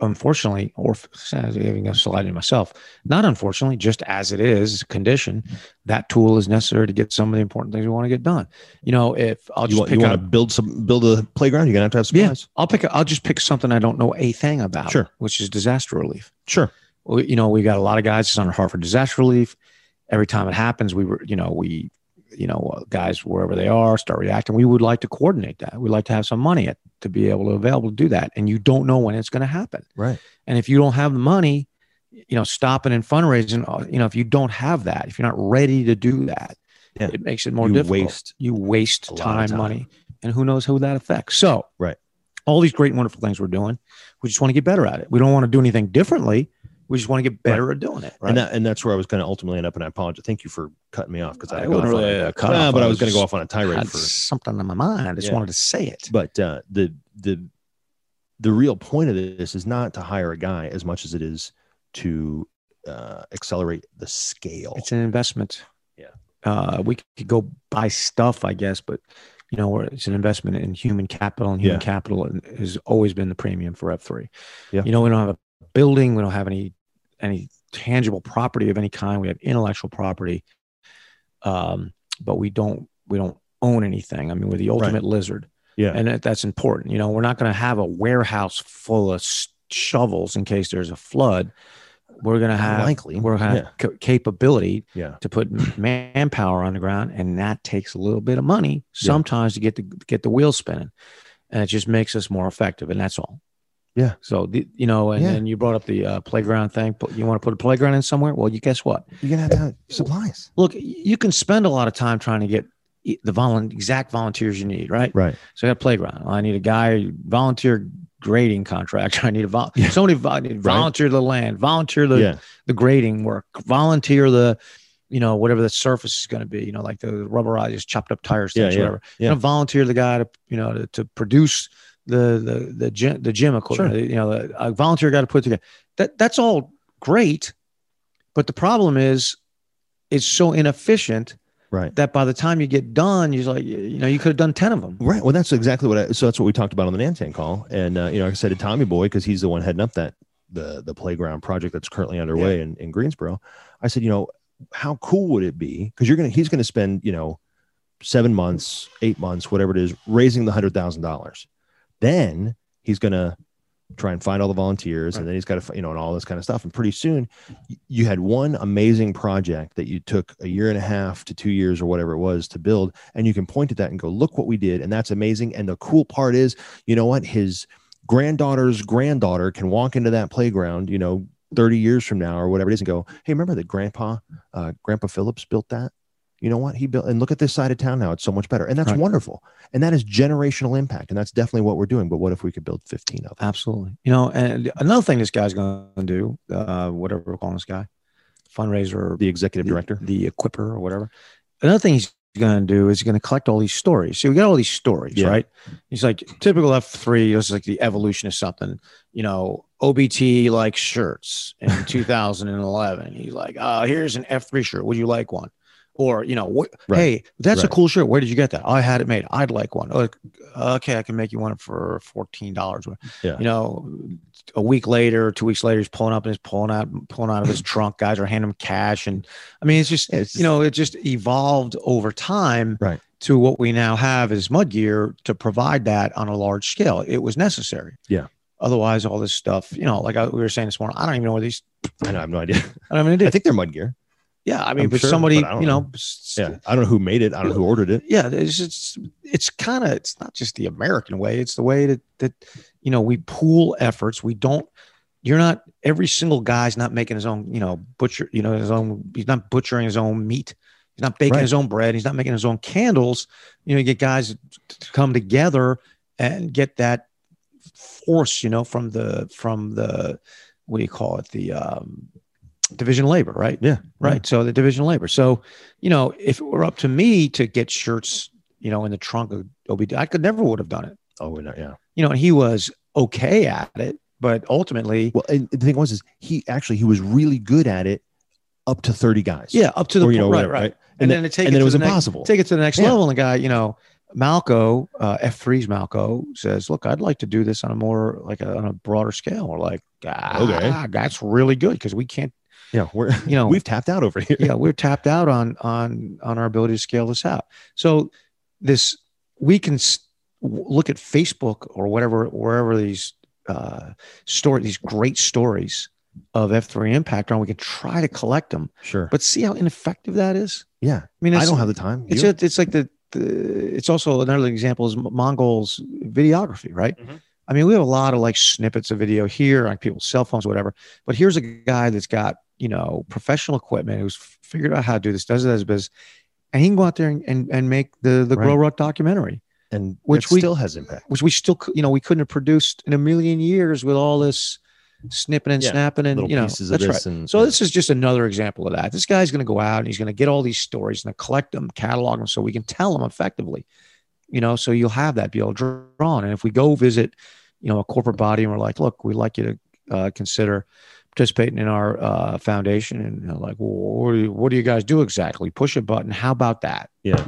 Speaker 2: unfortunately or having a slide in myself not unfortunately just as it is a condition that tool is necessary to get some of the important things we want to get done you know if i'll
Speaker 1: you
Speaker 2: just
Speaker 1: want, you
Speaker 2: pick
Speaker 1: want
Speaker 2: up
Speaker 1: to build some build a playground. You're gonna have to have
Speaker 2: Yeah.
Speaker 1: supplies.
Speaker 2: i'll pick i'll just pick something i don't know a thing about
Speaker 1: Sure.
Speaker 2: which is disaster relief
Speaker 1: Sure.
Speaker 2: well, you know, we got a lot of guys that's under Hartford Disaster Relief. Every time it happens, we were, you know, we, you know, uh, guys wherever they are start reacting. We would like to coordinate that. We'd like to have some money at, to be able to available to do that. And you don't know when it's going to happen.
Speaker 1: Right.
Speaker 2: And if you don't have the money, you know, stopping and fundraising, uh, you know, if you don't have that, if you're not ready to do that,
Speaker 1: Yeah.
Speaker 2: it makes it more
Speaker 1: You
Speaker 2: difficult.
Speaker 1: waste
Speaker 2: you waste
Speaker 1: a lot of
Speaker 2: time,
Speaker 1: time.
Speaker 2: money, and who knows who that affects. So,
Speaker 1: Right.
Speaker 2: all these great, and wonderful things we're doing. We just want to get better at it. We don't want to do anything differently. We just want to get better at doing it. Right.
Speaker 1: And that and that's where I was gonna ultimately end up. And I apologize. Thank you for cutting me off because I,
Speaker 2: I
Speaker 1: had to go off
Speaker 2: wasn't
Speaker 1: on
Speaker 2: really,
Speaker 1: a-
Speaker 2: uh, cut
Speaker 1: Nah,
Speaker 2: off.
Speaker 1: but
Speaker 2: I
Speaker 1: I was
Speaker 2: was
Speaker 1: gonna go
Speaker 2: just-
Speaker 1: off on a
Speaker 2: I
Speaker 1: tirade
Speaker 2: had
Speaker 1: for
Speaker 2: something on my mind. I just
Speaker 1: Yeah.
Speaker 2: wanted to say it.
Speaker 1: but uh the the the real point of this is not to hire a guy as much as it is to uh accelerate the scale.
Speaker 2: It's an investment.
Speaker 1: Yeah.
Speaker 2: Uh, we could go buy stuff, I guess, but you know, we're- it's an investment in human capital, and human
Speaker 1: Yeah.
Speaker 2: capital has always been the premium for F three.
Speaker 1: Yeah.
Speaker 2: You know, we don't have a building, we don't have any any tangible property of any kind. We have intellectual property, um, but we don't we don't own anything. I mean, we're the ultimate lizard.
Speaker 1: Yeah.
Speaker 2: and that, that's important. You know, we're not going to have a warehouse full of s- shovels in case there's a flood. We're going to have
Speaker 1: Likely.
Speaker 2: we're going to
Speaker 1: Yeah.
Speaker 2: have ca- capability
Speaker 1: yeah.
Speaker 2: to put manpower on the ground, and that takes a little bit of money
Speaker 1: Yeah.
Speaker 2: sometimes to get the get the wheels spinning, and it just makes us more effective, and that's all.
Speaker 1: Yeah.
Speaker 2: So the, you know, and
Speaker 1: Yeah.
Speaker 2: then you brought up the uh, playground thing. Put- You want to put a playground in somewhere? Well, you guess what?
Speaker 1: You're gonna have to have supplies.
Speaker 2: Look, you can spend a lot of time trying to get e, the volun- exact volunteers you need, right?
Speaker 1: Right.
Speaker 2: So I got a playground. I need a guy, volunteer grading contractor. I need a vol-
Speaker 1: Yeah.
Speaker 2: somebody vol- volunteer the land, volunteer the
Speaker 1: yeah.
Speaker 2: the grading work, volunteer the, you know, whatever the surface is going to be, you know, like the rubberized, chopped up tire sticks,
Speaker 1: yeah,
Speaker 2: whatever.
Speaker 1: yeah.
Speaker 2: You know, volunteer the guy to, you know, to, to produce the the the gym the gym equipment. You know, the, a volunteer got to put together. That that's all great, but the problem is, it's so inefficient
Speaker 1: Right.
Speaker 2: that by the time you get done, you're like, you know, you could have done ten of them.
Speaker 1: Right. Well, that's exactly what I, so that's what we talked about on the Nantan call. And, uh, you know, like I said to Tommy boy, cause he's the one heading up that, the, the playground project that's currently underway in, in Greensboro. I said, you know, how cool would it be? Cause you're going to, he's going to spend, you know, seven months, eight months, whatever it is, raising the hundred thousand dollars. Then he's going to try and find all the volunteers and then he's got to, you know, and all this kind of stuff. And pretty soon y- you had one amazing project that you took a year and a half to two years or whatever it was to build and you can point at that and go, look what we did. And that's amazing. And the cool part is, you know what? His granddaughter's granddaughter can walk into that playground, you know, 30 years from now or whatever it is and go, hey, remember that grandpa, uh, grandpa Phillips built that? You know what? He built, and look at this side of town now. It's so much better. And that's
Speaker 2: Right.
Speaker 1: wonderful. And that is generational impact. And that's definitely what we're doing. But what if we could build 15 of them?
Speaker 2: Absolutely. You know, and another thing this guy's going to do, uh, whatever we're calling this guy, fundraiser, or
Speaker 1: The executive director.
Speaker 2: the equiper or whatever. Another thing he's going to do is he's going to collect all these stories. So we got all these stories,
Speaker 1: Yeah.
Speaker 2: right? He's like typical F three. It was like the evolution of something, you know, OBT like shirts in 2011. He's like, uh, here's an F three shirt. Would you like one? Or you know, what,
Speaker 1: Right.
Speaker 2: hey, that's a
Speaker 1: Right.
Speaker 2: cool shirt. Where did you get that? Oh, I had it made. I'd like one. Oh, okay, I can make you one for fourteen dollars.
Speaker 1: Yeah.
Speaker 2: You know, a week later, two weeks later, he's pulling up and he's pulling out, pulling out of his trunk. Guys are handing him cash, and I mean, it's just
Speaker 1: Yeah, it's-
Speaker 2: you know, it just evolved over time
Speaker 1: Right.
Speaker 2: to what we now have is mud gear to provide that on a large scale. It was necessary.
Speaker 1: Yeah.
Speaker 2: Otherwise, all this stuff, you know, like I, we were saying this morning, I don't even know where these.
Speaker 1: I know. I have no idea.
Speaker 2: I don't even do.
Speaker 1: I think they're mud gear.
Speaker 2: yeah, I mean,
Speaker 1: I'm
Speaker 2: but
Speaker 1: sure,
Speaker 2: somebody,
Speaker 1: but I don't
Speaker 2: you know,
Speaker 1: know.
Speaker 2: s-
Speaker 1: Yeah. I don't know who made it. I don't know who ordered it.
Speaker 2: yeah it's it's, it's kind of it's not just the american way it's the way that that you know we pool efforts we don't you're not every single guy's not making his own you know butcher you know his own he's not butchering his own meat he's not baking
Speaker 1: Right.
Speaker 2: his own bread he's not making his own candles you know you get guys to come together and get that force you know from the from the what do you call it the um division of labor right
Speaker 1: Yeah.
Speaker 2: right so the division of labor so you know if it were up to me to get shirts you know in the trunk of obd i could never would have done it
Speaker 1: Oh, we're not. Yeah.
Speaker 2: you know and he was okay at it but ultimately
Speaker 1: Well, and the thing was, is he actually, he was really good at it up to 30 guys.
Speaker 2: yeah up to the
Speaker 1: Or,
Speaker 2: point
Speaker 1: you know,
Speaker 2: right,
Speaker 1: whatever,
Speaker 2: right
Speaker 1: right?
Speaker 2: and,
Speaker 1: And
Speaker 2: then, it take
Speaker 1: and
Speaker 2: it
Speaker 1: then
Speaker 2: to
Speaker 1: it was
Speaker 2: the next-
Speaker 1: impossible.
Speaker 2: take it to the next
Speaker 1: Yeah.
Speaker 2: level. And the guy, you know, Malco, uh, F3's Malco says, look, I'd like to do this on a more like a, on a broader scale. We're like, ah,
Speaker 1: Okay.
Speaker 2: that's really good. Cause we can't,
Speaker 1: yeah. We're,
Speaker 2: you know,
Speaker 1: we've tapped out over here.
Speaker 2: yeah, we're tapped out on, on, on our ability to scale this out. So this, we can s- w- look at Facebook or whatever, wherever these, uh, story, these great stories of F3 impact are, and we can try to collect them,
Speaker 1: Sure.
Speaker 2: but see how ineffective that is.
Speaker 1: yeah.
Speaker 2: I mean,
Speaker 1: I
Speaker 2: it's,
Speaker 1: don't have the time.
Speaker 2: it's
Speaker 1: You?
Speaker 2: just, it's like the, the it's also another example is Mongol's videography, right?
Speaker 1: Mhm.
Speaker 2: I mean, we have a lot of like snippets of video here on people's cell phones, whatever. But here's a guy that's got you know professional equipment who's figured out how to do this, does it as a business, and he can go out there and and, and make the the
Speaker 1: Right.
Speaker 2: Grow Ruck documentary,
Speaker 1: and
Speaker 2: which
Speaker 1: which
Speaker 2: we-
Speaker 1: still has impact.
Speaker 2: which we still cou- you know we couldn't have produced in a million years with all this snipping and
Speaker 1: Yeah,
Speaker 2: snapping and
Speaker 1: Little
Speaker 2: you know
Speaker 1: pieces
Speaker 2: that's
Speaker 1: of
Speaker 2: right.
Speaker 1: this. And
Speaker 2: So this is just another example of that. This guy's going to go out and he's going to get all these stories and collect them, catalog them, so we can tell them effectively. You know, so you'll have that be able to draw on. And if we go visit, you know, a corporate body and we're like, look, we'd like you to uh, consider participating in our uh, foundation, and they're like, well, what do, you, what do you guys do exactly? Push a button. How about that?
Speaker 1: yeah.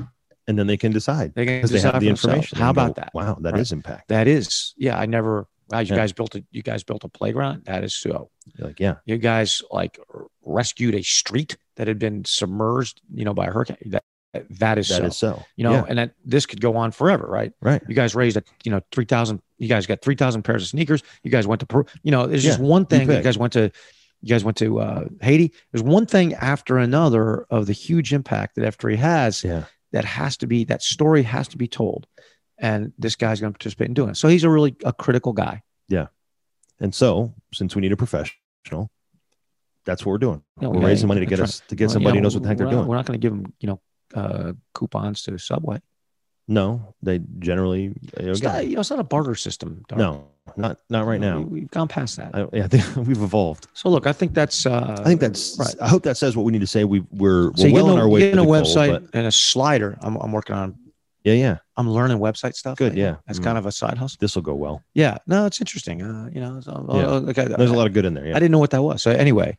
Speaker 1: And then they can decide
Speaker 2: They can
Speaker 1: because they
Speaker 2: decide
Speaker 1: have the
Speaker 2: for themselves.
Speaker 1: information. They
Speaker 2: How
Speaker 1: go,
Speaker 2: about that?
Speaker 1: Wow, that is
Speaker 2: Right.
Speaker 1: impact.
Speaker 2: That is, yeah. I never. Wow, you
Speaker 1: Yeah.
Speaker 2: guys built a you guys built a playground. That is so.
Speaker 1: You're like, yeah,
Speaker 2: you guys like r- rescued a street that had been submerged, you know, by a hurricane. That that is
Speaker 1: that
Speaker 2: so.
Speaker 1: is so.
Speaker 2: you know,
Speaker 1: Yeah,
Speaker 2: and that this could go on forever, right?
Speaker 1: right.
Speaker 2: You guys raised a, you know, three thousand. You guys got three thousand pairs of sneakers. You guys went to Peru. You know, there's just
Speaker 1: Yeah,
Speaker 2: one thing. You
Speaker 1: pick.
Speaker 2: guys went to, you guys went to uh, Haiti. There's one thing after another of the huge impact that F3 has
Speaker 1: Yeah.
Speaker 2: that has to be that story has to be told, and this guy's going to participate in doing it. So he's a really a critical guy.
Speaker 1: And so, since we need a professional, that's what we're doing.
Speaker 2: Oh, Yeah, we
Speaker 1: we're
Speaker 2: gotta-
Speaker 1: raising money to get us
Speaker 2: that's
Speaker 1: to get
Speaker 2: Well,
Speaker 1: somebody
Speaker 2: yeah,
Speaker 1: who knows what the heck
Speaker 2: we're
Speaker 1: they're
Speaker 2: not-
Speaker 1: doing.
Speaker 2: We're not going to give them, you know, uh, coupons to Subway.
Speaker 1: No, they generally. they
Speaker 2: It's
Speaker 1: go,
Speaker 2: not, you know, it's not a barter system. Doc.
Speaker 1: no, not not right now.
Speaker 2: We, have gone past that.
Speaker 1: I, yeah, I think we've evolved.
Speaker 2: so look, I think that's. Uh,
Speaker 1: I think that's.
Speaker 2: right.
Speaker 1: I hope that says what we need to say. We we're, we're
Speaker 2: so you
Speaker 1: well
Speaker 2: get
Speaker 1: on
Speaker 2: a-
Speaker 1: our way.
Speaker 2: Get
Speaker 1: to
Speaker 2: a
Speaker 1: the goal,
Speaker 2: website
Speaker 1: but-
Speaker 2: and a slider. I'm, I'm working on
Speaker 1: Yeah, yeah.
Speaker 2: I'm learning website stuff.
Speaker 1: Good,
Speaker 2: you know,
Speaker 1: yeah.
Speaker 2: That's
Speaker 1: Mm.
Speaker 2: kind of a side hustle.
Speaker 1: This will go well.
Speaker 2: Yeah. No, it's interesting. Uh, you know, so,
Speaker 1: Yeah.
Speaker 2: uh, like I,
Speaker 1: There's a lot of good in there.
Speaker 2: I
Speaker 1: Yeah.
Speaker 2: didn't know what that was. So anyway,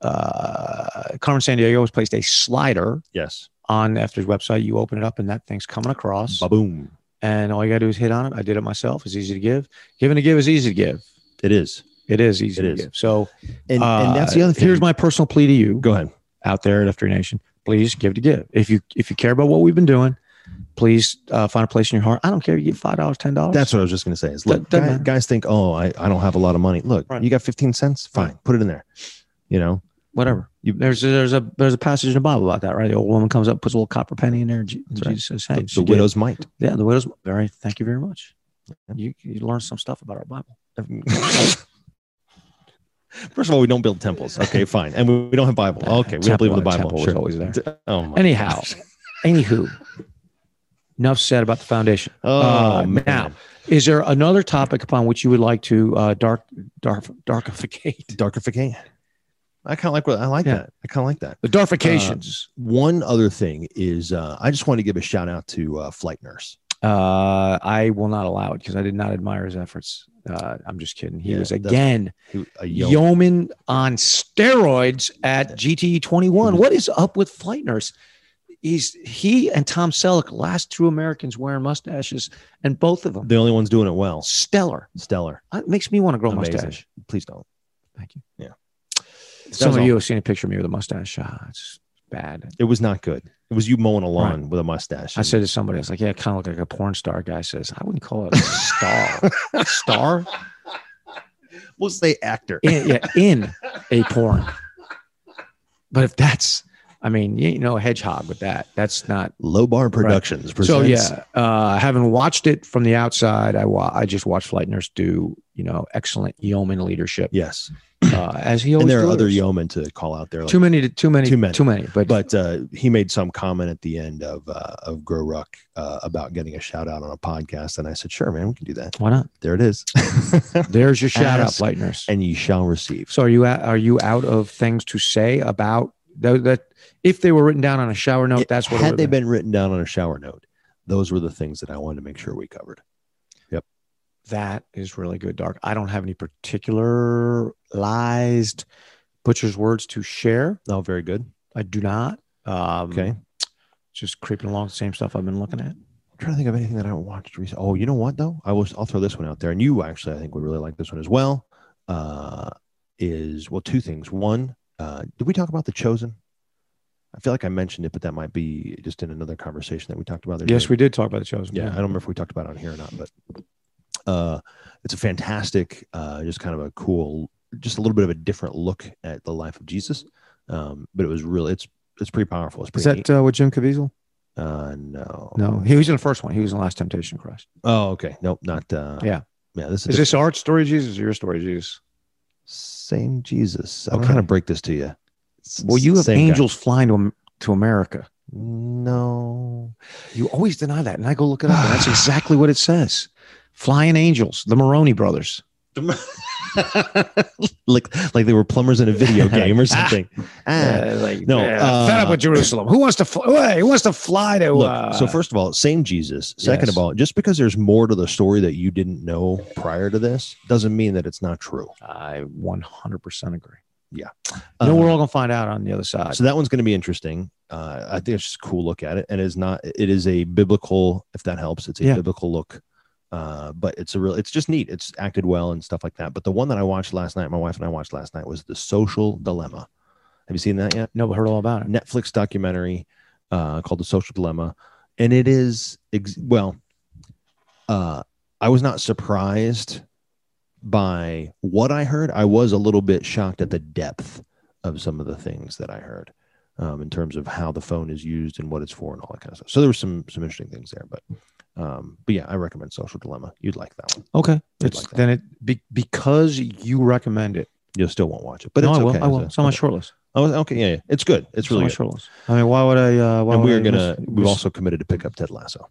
Speaker 2: uh, Carmen San Diego has placed a slider
Speaker 1: Yes.
Speaker 2: on Efter's website. You open it up, and that thing's coming across,
Speaker 1: Boom.
Speaker 2: and all you gotta do is hit on it. I did it myself. It's easy to give. Giving to give is easy to give.
Speaker 1: It is.
Speaker 2: It is easy
Speaker 1: It
Speaker 2: to
Speaker 1: is.
Speaker 2: give. So
Speaker 1: And,
Speaker 2: uh,
Speaker 1: and that's the other thing.
Speaker 2: Here's my personal plea to you
Speaker 1: Go ahead.
Speaker 2: out there at After Nation. Please give to give. If you if you care about what we've been doing, please uh, find a place in your heart. I don't care. You get five dollars, ten dollars.
Speaker 1: That's what I was just going to say. Is look,
Speaker 2: Doesn't- doesn't
Speaker 1: guy-
Speaker 2: matter.
Speaker 1: guys think, oh, I, I don't have a lot of money. Look,
Speaker 2: Right.
Speaker 1: you got 15 cents. Fine, put it in there. You know,
Speaker 2: whatever.
Speaker 1: You-
Speaker 2: there's there's a there's a passage in the Bible about that, right? The old woman comes up, puts a little copper penny in there, and Je-
Speaker 1: That's right.
Speaker 2: Jesus says, "Hey,
Speaker 1: the,
Speaker 2: she
Speaker 1: the
Speaker 2: did.
Speaker 1: widow's mite.
Speaker 2: Yeah, the widow's very. Thank you very much. You you learned some stuff about our Bible.
Speaker 1: First of all, we don't build temples. Okay, fine, and we, we don't have Bible. Okay, we don't believe in the Bible.
Speaker 2: Temple was
Speaker 1: Sure.
Speaker 2: always there.
Speaker 1: Oh my.
Speaker 2: Anyhow, anywho, enough said about the foundation.
Speaker 1: Oh
Speaker 2: Uh,
Speaker 1: man.
Speaker 2: now, Is there another topic upon which you would like to uh, dark dark darkificate
Speaker 1: darkification. I kind of like what I like
Speaker 2: Yeah.
Speaker 1: that. I kind of like that. Uh,
Speaker 2: the darkifications?
Speaker 1: One other thing is, uh, I just want to give a shout out to uh, flight nurse.
Speaker 2: Uh, I will not allow it because I did not admire his efforts. Uh, I'm just kidding. He
Speaker 1: Yeah,
Speaker 2: was
Speaker 1: that's-
Speaker 2: again
Speaker 1: who- uh, A yeoman.
Speaker 2: yeoman on steroids at GTE 21. What is up with flight nurse? He's he and Tom Selleck, last two Americans wearing mustaches, and both of them
Speaker 1: the only ones doing it well.
Speaker 2: stellar.
Speaker 1: Stellar.
Speaker 2: Uh, It makes me want to grow a
Speaker 1: Amazing.
Speaker 2: mustache.
Speaker 1: Please don't.
Speaker 2: Thank you.
Speaker 1: Yeah.
Speaker 2: Some
Speaker 1: That's
Speaker 2: of
Speaker 1: all.
Speaker 2: you have seen a picture of me with a mustache. Ah, it's bad.
Speaker 1: It was not good. It was you mowing a lawn
Speaker 2: Right.
Speaker 1: with a mustache.
Speaker 2: I said to somebody, I was like, yeah, kind of look like a porn star. Guy says, I wouldn't call it a star. star?
Speaker 1: we'll say actor.
Speaker 2: in, yeah, in a porn. But if that's, I mean, you ain't no hedgehog with that. That's not.
Speaker 1: Low Bar Productions
Speaker 2: So
Speaker 1: presents.
Speaker 2: yeah, uh, having watched it from the outside, I wa- I just watched Flight Nurse do you know excellent yeoman leadership
Speaker 1: Yes.
Speaker 2: uh, as he always.
Speaker 1: and there are other
Speaker 2: delivers.
Speaker 1: yeomen to call out there. Like,
Speaker 2: Too many, to, too many,
Speaker 1: Too many.
Speaker 2: too many. But,
Speaker 1: but uh, he made some comment at the end of uh, of Grow Ruck uh, about getting a shout out on a podcast, and I said, "Sure, man, we can do that."
Speaker 2: why not?
Speaker 1: There it is,
Speaker 2: There's your shout out,
Speaker 1: Ask
Speaker 2: Flight Nurse.
Speaker 1: and you shall receive.
Speaker 2: So are you out, are you out of things to say about tho- that? If they were written down on a shower note,
Speaker 1: It-
Speaker 2: that's what it
Speaker 1: had
Speaker 2: would've
Speaker 1: they been written down on a shower note. Those were the things that I wanted to make sure we covered.
Speaker 2: that is really good dark i don't have any particularized butcher's words to share
Speaker 1: Oh, very good.
Speaker 2: i do not um,
Speaker 1: Okay, I'm
Speaker 2: just creeping along the same stuff i've been looking at
Speaker 1: trying to think of anything that I watched recently. Oh, you know what though? I was. I'll throw this one out there, and you actually, I think, would really like this one as well. Uh, is well, two things. One, uh, did we talk about the Chosen? I feel like I mentioned it, but that might be just in another conversation that we talked about. the other day.
Speaker 2: yes we did talk about the shows
Speaker 1: yeah, I don't remember if we talked about it on here or not, but uh, it's a fantastic, uh, just kind of a cool, just a little bit of a different look at the life of Jesus. Um, but it was really, it's it's pretty powerful. It's
Speaker 2: is
Speaker 1: pretty.
Speaker 2: that uh, with jim caviezel
Speaker 1: neat. uh, no,
Speaker 2: no he was in the first one he was in the last temptation of christ
Speaker 1: Oh, okay. Nope, not. Uh,
Speaker 2: Yeah.
Speaker 1: yeah. This is,
Speaker 2: is this our story of jesus or your story of jesus
Speaker 1: same Jesus. I don't know
Speaker 2: Okay.
Speaker 1: how to break this to you. It's-
Speaker 2: well
Speaker 1: it's
Speaker 2: you
Speaker 1: the
Speaker 2: have
Speaker 1: same guy.
Speaker 2: angels flying to, Am- to america
Speaker 1: No,
Speaker 2: you always deny that and i go look it up and that's exactly what it says flying angels the moroni brothers
Speaker 1: like like they were plumbers in a video game or something. Ah.
Speaker 2: Uh, like,
Speaker 1: no,
Speaker 2: yeah,
Speaker 1: uh,
Speaker 2: fed up with Jerusalem. Who wants to? Fly, who wants to fly to? uh,
Speaker 1: Look, so first of all, same Jesus. Second
Speaker 2: yes.
Speaker 1: of all, just because there's more to the story that you didn't know prior to this doesn't mean that it's not true.
Speaker 2: I 100% agree. You
Speaker 1: Uh,
Speaker 2: know, we're all gonna find out on the other side.
Speaker 1: so that one's going to be interesting. Uh, I think it's just a cool look at it, and it's not. It is a biblical, if that helps. It's a
Speaker 2: Yeah.
Speaker 1: biblical look, uh, but it's a real. It's just neat. It's acted well and stuff like that. But the one that I watched last night, my wife and I watched last night, was the Social Dilemma. Have you seen that yet?
Speaker 2: no, but heard all about it.
Speaker 1: Netflix documentary uh, called The Social Dilemma, and it is ex- well. Uh, I was not surprised by what I heard. I was a little bit shocked at the depth of some of the things that I heard um, in terms of how the phone is used and what it's for and all that kind of stuff. So there were some some interesting things there, but um, but yeah, I recommend Social Dilemma. You'd like that one.
Speaker 2: Okay,
Speaker 1: You'd
Speaker 2: it's,
Speaker 1: like that.
Speaker 2: then it be, because you recommend it.
Speaker 1: You still won't watch it, but
Speaker 2: no,
Speaker 1: it's
Speaker 2: I will.
Speaker 1: okay.
Speaker 2: I will.
Speaker 1: It's
Speaker 2: It's
Speaker 1: a-
Speaker 2: on my short list.
Speaker 1: Oh, okay, yeah, yeah, it's good. It's really
Speaker 2: on my
Speaker 1: good.
Speaker 2: short list. I mean, why would I? Uh, why
Speaker 1: and we
Speaker 2: would
Speaker 1: are
Speaker 2: I
Speaker 1: gonna.
Speaker 2: miss-
Speaker 1: we've
Speaker 2: miss-
Speaker 1: also committed to pick up Ted Lasso.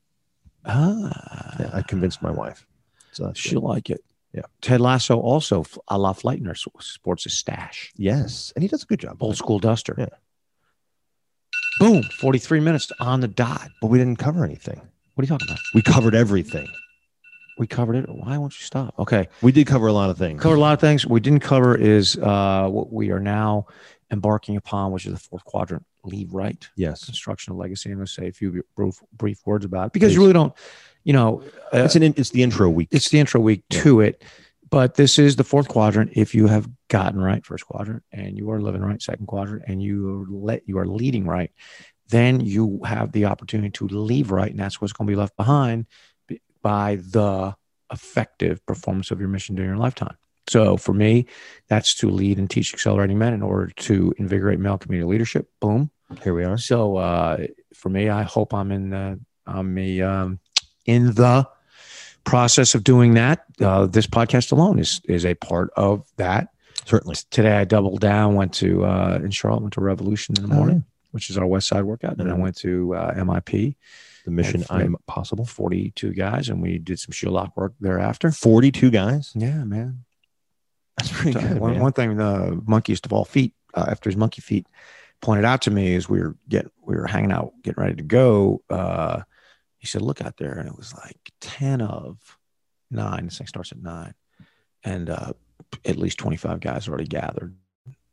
Speaker 2: Ah,
Speaker 1: Yeah, I convinced my wife. So that's good.
Speaker 2: She'll like it.
Speaker 1: Yeah.
Speaker 2: Ted Lasso also f- a la flight nurse sports a stash.
Speaker 1: Yes, and he does a good job.
Speaker 2: Old school duster.
Speaker 1: Yeah.
Speaker 2: Boom. Forty three minutes on the dot.
Speaker 1: But we didn't cover anything.
Speaker 2: What are you talking about?
Speaker 1: We covered everything.
Speaker 2: We covered it. Why won't you stop? Okay.
Speaker 1: We did cover a lot of things.
Speaker 2: Covered a lot of things. What we didn't cover is uh, what we are now embarking upon, which is the fourth quadrant, leave right,
Speaker 1: Yes.
Speaker 2: construction of legacy. I'm going to say a few brief, brief words about it because
Speaker 1: Please.
Speaker 2: you really don't, you know, uh,
Speaker 1: It's an in, it's the intro week.
Speaker 2: it's the intro week
Speaker 1: Yeah.
Speaker 2: to it. But this is the fourth quadrant. If you have gotten right first quadrant and you are living right second quadrant and you are let you are leading right, then you have the opportunity to leave right, and that's what's going to be left behind b- by the effective performance of your mission during your lifetime. So for me, that's to lead and teach accelerating men in order to invigorate male community leadership. Boom.
Speaker 1: Here we are.
Speaker 2: So uh, for me, I hope I'm in the I'm a, um, in the process of doing that. Uh, this podcast alone is is a part of that.
Speaker 1: Certainly.
Speaker 2: Today, I doubled down. Went to uh, in Charlotte, went to Revolution in the
Speaker 1: Oh,
Speaker 2: morning, which is our West Side workout, and then I
Speaker 1: Mhm.
Speaker 2: went to uh, MIP,
Speaker 1: The mission
Speaker 2: That's right.
Speaker 1: I'm possible.
Speaker 2: 42 guys, and we did some shield lock work thereafter.
Speaker 1: 42 guys.
Speaker 2: Yeah, man.
Speaker 1: That's pretty
Speaker 2: So,
Speaker 1: good.
Speaker 2: one,
Speaker 1: man.
Speaker 2: one thing the monkeys to all feet uh, after his monkey feet pointed out to me is we were get we were hanging out getting ready to go uh he said look out there and it was like 10 of 9 this thing starts at 9 and uh at least 25 guys already gathered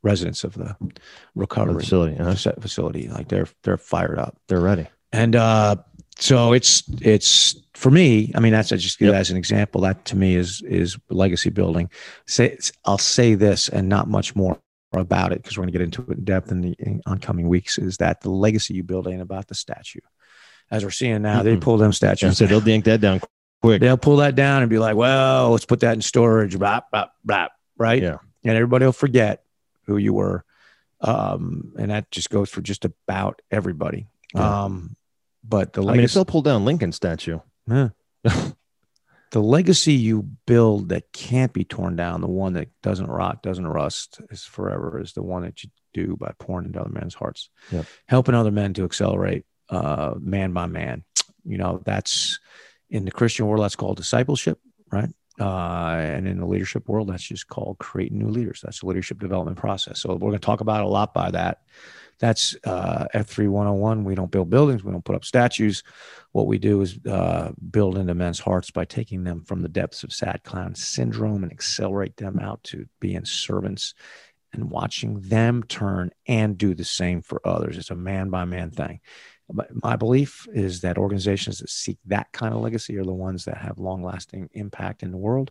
Speaker 2: residents of the
Speaker 1: For the
Speaker 2: recovery
Speaker 1: facility. uh-huh.
Speaker 2: faci- facility like they're they're fired up
Speaker 1: They're ready.
Speaker 2: and uh, so it's it's for me. I mean, that's I just give
Speaker 1: Yep.
Speaker 2: that as an example. That to me is is legacy building. Say I'll say this and not much more about it because we're going to get into it in depth in the in oncoming weeks. Is that the legacy you build ain't about the statue, as we're seeing now? They
Speaker 1: Mhm.
Speaker 2: pull them
Speaker 1: Yeah,
Speaker 2: statues.
Speaker 1: so they'll yank that down quick.
Speaker 2: They'll pull that down and be like, well, let's put that in storage, blah, blah, blah, right?
Speaker 1: Yeah.
Speaker 2: And everybody will forget who you were. Um, and that just goes for just about everybody.
Speaker 1: Yeah.
Speaker 2: Um, but the
Speaker 1: I mean, if
Speaker 2: legacy,
Speaker 1: they'll pull down Lincoln statue,
Speaker 2: Yeah. the legacy you build that can't be torn down, the one that doesn't rot, doesn't rust, is forever, is the one that you do by pouring into other men's hearts,
Speaker 1: Yep.
Speaker 2: helping other men to accelerate uh, man by man. You know, that's in the Christian world, that's called discipleship, right? Uh, and in the leadership world, that's just called creating new leaders. That's the leadership development process. So we're going to talk about it a lot by that. That's uh, F3101. We don't build buildings, we don't put up statues. What we do is uh, build into men's hearts by taking them from the depths of sad clown syndrome and accelerate them out to being servants and watching them turn and do the same for others. It's a man by man thing. But my belief is that organizations that seek that kind of legacy are the ones that have long lasting impact in the world.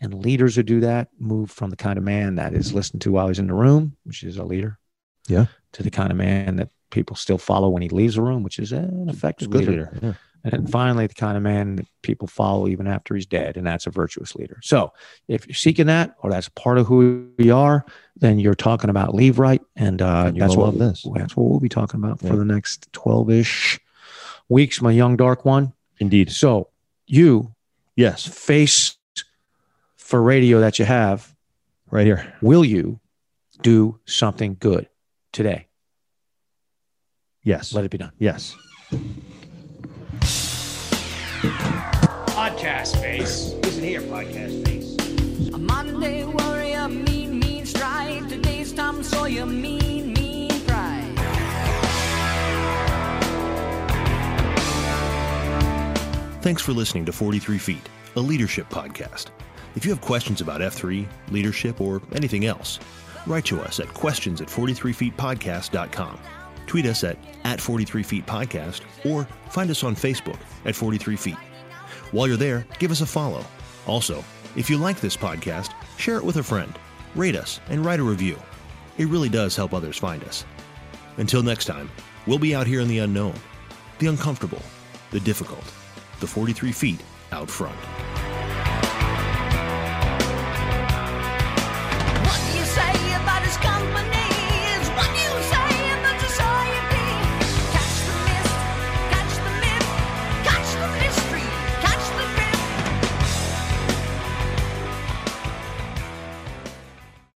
Speaker 2: And leaders who do that move from the kind of man that is listened to while he's in the room, which is a leader,
Speaker 1: Yeah.
Speaker 2: to the kind of man that people still follow when he leaves the room, which is an
Speaker 1: it's a
Speaker 2: effective
Speaker 1: good
Speaker 2: leader.
Speaker 1: leader. Yeah.
Speaker 2: And then finally, the kind of man that people follow even after he's dead, and that's a virtuous leader. So, if you're seeking that, or that's part of who we are, then you're talking about leave right, and, uh,
Speaker 1: And you
Speaker 2: that's
Speaker 1: will
Speaker 2: what
Speaker 1: love this.
Speaker 2: that's what we'll be talking about
Speaker 1: Yeah.
Speaker 2: for the next twelve ish weeks, my young dark one.
Speaker 1: Indeed.
Speaker 2: So, you
Speaker 1: Yes.
Speaker 2: face for radio that you have,
Speaker 1: Right here.
Speaker 2: will you do something good today?
Speaker 1: Yes.
Speaker 2: Let it be done.
Speaker 1: yes.
Speaker 4: Podcast face. Listen here, podcast face.
Speaker 5: A Monday warrior, mean, mean stride. Today's Tom Sawyer, mean, mean pride.
Speaker 3: Thanks for listening to 43 Feet, a leadership podcast. If you have questions about F3, leadership, or anything else, write to us at questions at 43feetpodcast.com. Tweet us at, at 43feetpodcast or find us on Facebook at 43 Feet. While you're there, give us a follow. Also, if you like this podcast, share it with a friend, rate us, and write a review. It really does help others find us. Until next time, we'll be out here in the unknown, the uncomfortable, the difficult, the 43 feet out front.